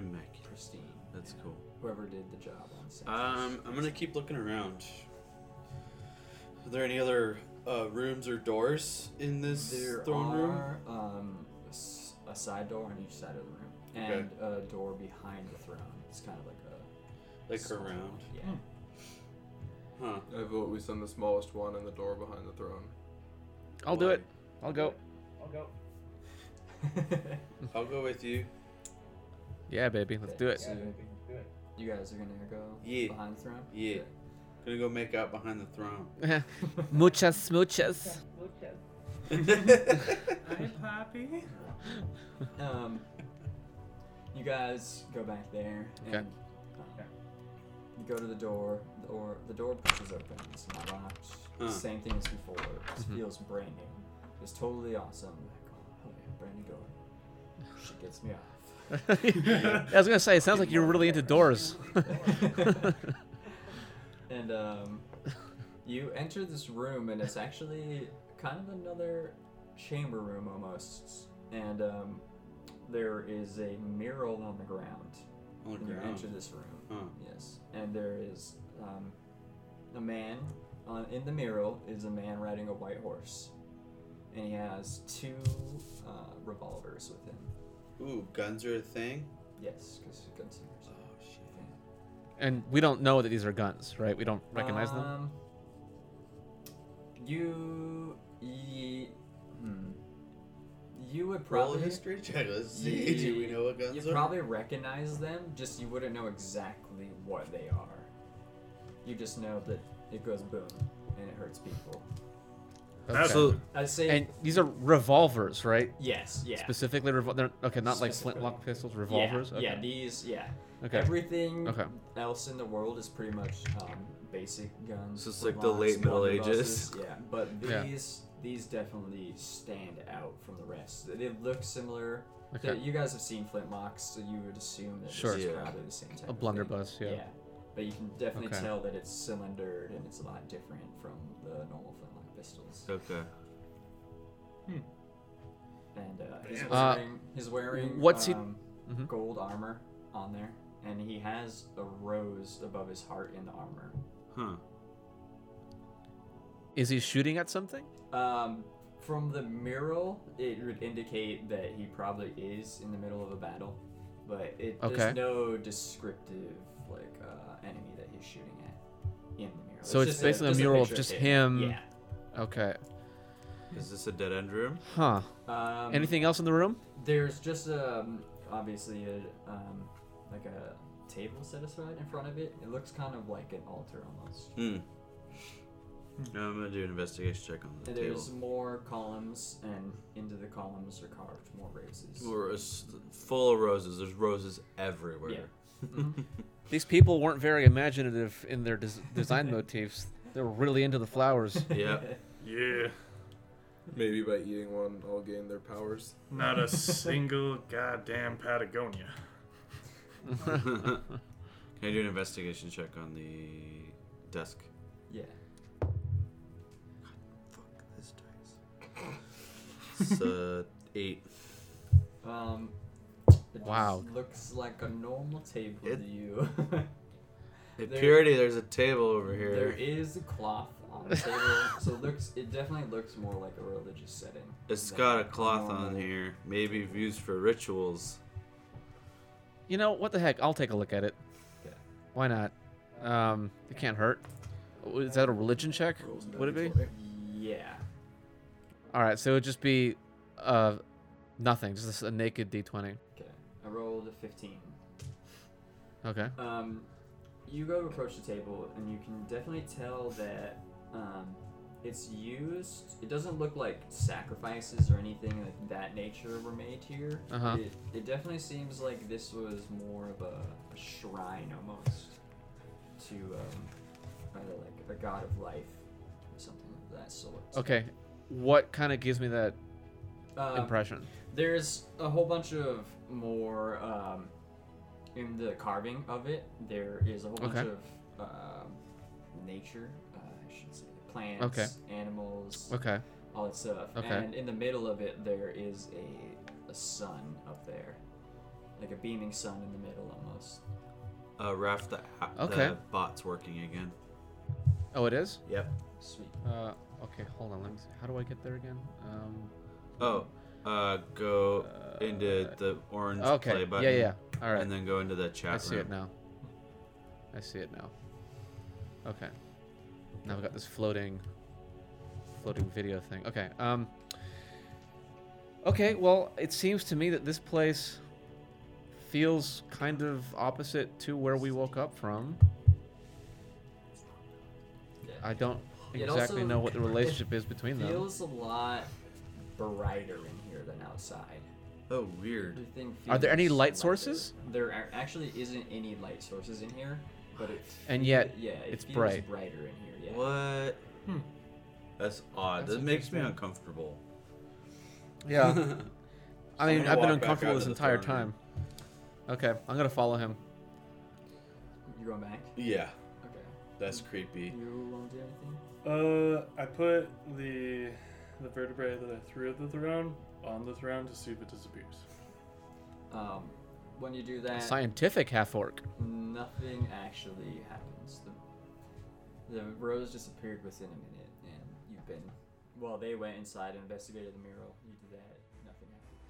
Speaker 4: Immaculate.
Speaker 5: pristine.
Speaker 4: That's
Speaker 5: Yeah.
Speaker 4: cool.
Speaker 5: Whoever did the job on set.
Speaker 4: Um, I'm gonna keep looking around. Are there any other uh, rooms or doors in this
Speaker 5: There
Speaker 4: throne room?
Speaker 5: are um, a s- a side door on each side of the room, and a door behind the throne. It's kind of like a
Speaker 4: Like
Speaker 5: small-
Speaker 4: around?
Speaker 5: Yeah.
Speaker 4: Huh.
Speaker 7: I vote we send the smallest one in the door behind the throne.
Speaker 6: I'll do it. I'll go.
Speaker 11: I'll go.
Speaker 4: I'll go with you.
Speaker 6: Yeah, baby. Let's do it.
Speaker 5: So
Speaker 11: Do it.
Speaker 5: you guys are gonna go
Speaker 4: Yeah.
Speaker 5: behind the throne.
Speaker 4: Yeah. Gonna go make out behind the throne.
Speaker 6: muchas, muchas.
Speaker 11: Lucas.
Speaker 1: Hi, Poppy.
Speaker 5: Um, you guys go back there and
Speaker 6: Okay.
Speaker 5: um, you go to the door. The door, the door pushes open. It's not locked.
Speaker 4: Uh. Mm-hmm.
Speaker 5: Same thing as before. It just feels brand new. It's totally awesome. Like, oh, yeah, brand new door. Shit gets me off.
Speaker 6: I was gonna say, it sounds like you're really into doors.
Speaker 5: and um, you enter this room, and it's actually kind of another chamber room almost. And um, there is a mural on the ground
Speaker 4: On the
Speaker 5: when you enter
Speaker 4: ground.
Speaker 5: this room.
Speaker 4: Huh.
Speaker 5: Yes, and there is um, a man uh, in the mural is a man riding a white horse, and he has two uh, revolvers with him.
Speaker 4: Ooh, guns are a thing.
Speaker 5: Yes, because gunsmithers.
Speaker 4: Oh shit.
Speaker 6: and we don't know that these are guns, right? We don't recognize
Speaker 1: Uh,
Speaker 6: them.
Speaker 5: Um, You, ye, hmm. you would
Speaker 4: Roll
Speaker 5: probably
Speaker 4: a history check. Let's see.
Speaker 5: Ye-
Speaker 4: Do we know what guns
Speaker 5: You
Speaker 4: are?
Speaker 5: probably recognize them, just you wouldn't know exactly what they are. You just know that it goes boom and it hurts people.
Speaker 6: Okay.
Speaker 4: So
Speaker 5: I say
Speaker 6: And these are revolvers, right?
Speaker 5: yes, yeah.
Speaker 6: Specifically, revol- they're okay, not like
Speaker 5: Specifically.
Speaker 6: flintlock pistols, revolvers.
Speaker 5: Yeah,
Speaker 6: okay.
Speaker 5: yeah, these, yeah.
Speaker 6: okay.
Speaker 5: Everything
Speaker 6: Okay.
Speaker 5: else in the world is pretty much um, basic guns.
Speaker 4: So it's like the
Speaker 5: revolvers,
Speaker 4: late Middle
Speaker 5: blunderbusses,
Speaker 4: Ages.
Speaker 5: Yeah, but
Speaker 6: Yeah.
Speaker 5: these these definitely stand out from the rest. They look similar.
Speaker 6: Okay.
Speaker 5: You guys have seen flintlocks, so you would assume that
Speaker 6: Sure.
Speaker 5: this is
Speaker 4: Yeah.
Speaker 5: probably the same type.
Speaker 6: A
Speaker 5: of thing.
Speaker 6: blunderbuss, yeah.
Speaker 5: But you can definitely
Speaker 6: Okay.
Speaker 5: tell that it's cylindered and it's a lot different from the normal flintlock pistols.
Speaker 4: okay.
Speaker 5: and uh, he's
Speaker 1: Damn.
Speaker 6: Uh,
Speaker 5: wearing he's wearing
Speaker 6: what's he-
Speaker 5: um,
Speaker 6: Mhm.
Speaker 5: gold armor on there, and he has a rose above his heart in the armor.
Speaker 4: Huh.
Speaker 5: Hmm.
Speaker 6: Is he shooting at something?
Speaker 5: Um, from the mural, it would indicate that he probably is in the middle of a battle, but it,
Speaker 6: Okay.
Speaker 5: there's no descriptive like uh, enemy that he's shooting at in the mural.
Speaker 6: So it's
Speaker 5: just
Speaker 6: basically a
Speaker 5: just
Speaker 6: mural of
Speaker 5: picture
Speaker 6: just him.
Speaker 5: Yeah.
Speaker 6: Okay.
Speaker 4: Is this a dead end room?
Speaker 6: Huh.
Speaker 5: Um,
Speaker 6: Anything else in the room?
Speaker 5: There's just um, obviously a um, like a table set aside in front of it. It looks kind of like an altar almost.
Speaker 4: Hmm. No, I'm gonna do an investigation check on the
Speaker 5: And
Speaker 4: table.
Speaker 5: there's more columns, and into the columns are carved more roses.
Speaker 4: We're s- full of roses. There's roses everywhere.
Speaker 5: Yeah.
Speaker 6: These people weren't very imaginative in their des- design motifs. They were really into the flowers.
Speaker 4: Yeah.
Speaker 1: Yeah.
Speaker 7: Maybe by eating one, I'll gain their powers.
Speaker 1: Not a single goddamn Patagonia.
Speaker 4: Can I do an investigation check on the desk?
Speaker 5: Yeah.
Speaker 4: Fuck this dice. It's uh, eight.
Speaker 5: Um, it
Speaker 6: Wow.
Speaker 5: just looks like a normal table
Speaker 4: It-
Speaker 5: to you.
Speaker 4: Hey,
Speaker 5: There-
Speaker 4: Purity, there's a table over here.
Speaker 5: there is a cloth on on a table, so it looks. It definitely looks more like a religious setting.
Speaker 13: It's
Speaker 5: than
Speaker 13: got a cloth on
Speaker 5: normal.
Speaker 13: here. Maybe used for rituals.
Speaker 6: You know what the heck? I'll take a look at it.
Speaker 5: Okay.
Speaker 6: Why not? Um, it can't hurt. Is that a religion check?
Speaker 7: Rolls
Speaker 6: Would it be?
Speaker 7: 94.
Speaker 5: Yeah.
Speaker 6: All right, so it would just be uh, nothing, just a naked d20.
Speaker 5: Okay. I rolled a fifteen.
Speaker 6: Okay.
Speaker 5: Um, you go to approach the table, and you can definitely tell that um, it's used. It doesn't look like sacrifices or anything of that nature were made here.
Speaker 6: Uh-huh.
Speaker 5: It, it definitely seems like this was more of a, a shrine almost to um, either like a god of life or something of that sort.
Speaker 6: Okay. What kind of gives me that
Speaker 5: Um,
Speaker 6: impression?
Speaker 5: There's a whole bunch of more um, in the carving of it. There is a whole bunch
Speaker 6: Okay.
Speaker 5: of um, nature. Uh, I should say plants,
Speaker 6: Okay.
Speaker 5: animals,
Speaker 6: Okay.
Speaker 5: all that stuff.
Speaker 6: Okay.
Speaker 5: And in the middle of it, there is a, a sun up there, like a beaming sun in the middle, almost.
Speaker 13: Uh, Raph, the,
Speaker 6: Okay.
Speaker 13: the bot's working again.
Speaker 6: Oh, it is.
Speaker 13: Yep.
Speaker 5: Sweet.
Speaker 6: Uh, okay. Hold on. Let me see. How do I get there again? Um,
Speaker 13: Oh, uh, go
Speaker 6: Uh,
Speaker 13: into the orange play
Speaker 6: okay. Yeah,
Speaker 13: button.
Speaker 6: yeah. All right.
Speaker 13: And then go into the chat
Speaker 6: I
Speaker 13: room.
Speaker 6: see it now. I see it now. Okay. Now we've got this floating floating video thing. Okay. Um Okay, well, it seems to me that this place feels kind of opposite to where we woke up from. I don't
Speaker 5: It
Speaker 6: exactly
Speaker 5: also-
Speaker 6: know what the relationship is between them.
Speaker 5: Feels a lot brighter in here than outside.
Speaker 13: Oh, weird.
Speaker 5: Everything feels
Speaker 6: Are there any light
Speaker 5: lighter.
Speaker 6: sources?
Speaker 5: There are, actually isn't any light sources in here, but it
Speaker 6: And yet,
Speaker 5: yeah, it
Speaker 6: it's
Speaker 5: feels
Speaker 6: bright.
Speaker 5: brighter in here. Yeah.
Speaker 13: What?
Speaker 2: Hmm.
Speaker 13: That's odd.
Speaker 6: That's
Speaker 13: that makes me
Speaker 6: interesting.
Speaker 13: uncomfortable.
Speaker 6: Yeah. I
Speaker 13: I'm
Speaker 6: mean,
Speaker 13: gonna
Speaker 6: I've
Speaker 13: walk
Speaker 6: been
Speaker 13: back
Speaker 6: uncomfortable
Speaker 13: out
Speaker 6: this
Speaker 13: to the
Speaker 6: entire
Speaker 13: throne
Speaker 6: time. Okay, I'm going to follow him.
Speaker 5: You going back?
Speaker 13: Yeah,
Speaker 5: Okay.
Speaker 13: that's creepy.
Speaker 5: You won't do
Speaker 2: Uh,
Speaker 5: anything.
Speaker 2: I put the the vertebrae that I threw at the throne on the throne to see if it disappears.
Speaker 5: Um, when you do that,
Speaker 6: Scientific half orc.
Speaker 5: nothing actually happens. The, the rose disappeared within a minute, and you've been. Well, they went inside and investigated the mural. You did that. Nothing happens.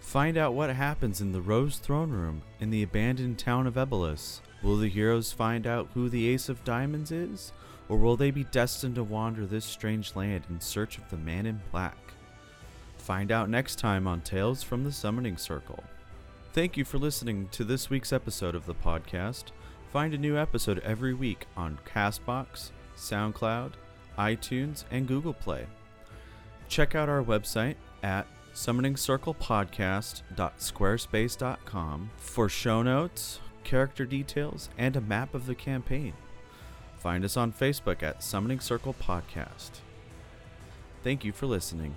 Speaker 4: Find out what happens in the Rose Throne Room in the abandoned town of Ebolus. Will the heroes find out who the Ace of Diamonds is? Or will they be destined to wander this strange land in search of the man in black? Find out next time on Tales from the Summoning Circle. Thank you for listening to this week's episode of the podcast. Find a new episode every week on Castbox, SoundCloud, iTunes, and Google Play check out our website at summoningcirclepodcast.squarespace.com for show notes, character details, and a map of the campaign. Find us on Facebook at Summoning Circle Podcast. Thank you for listening.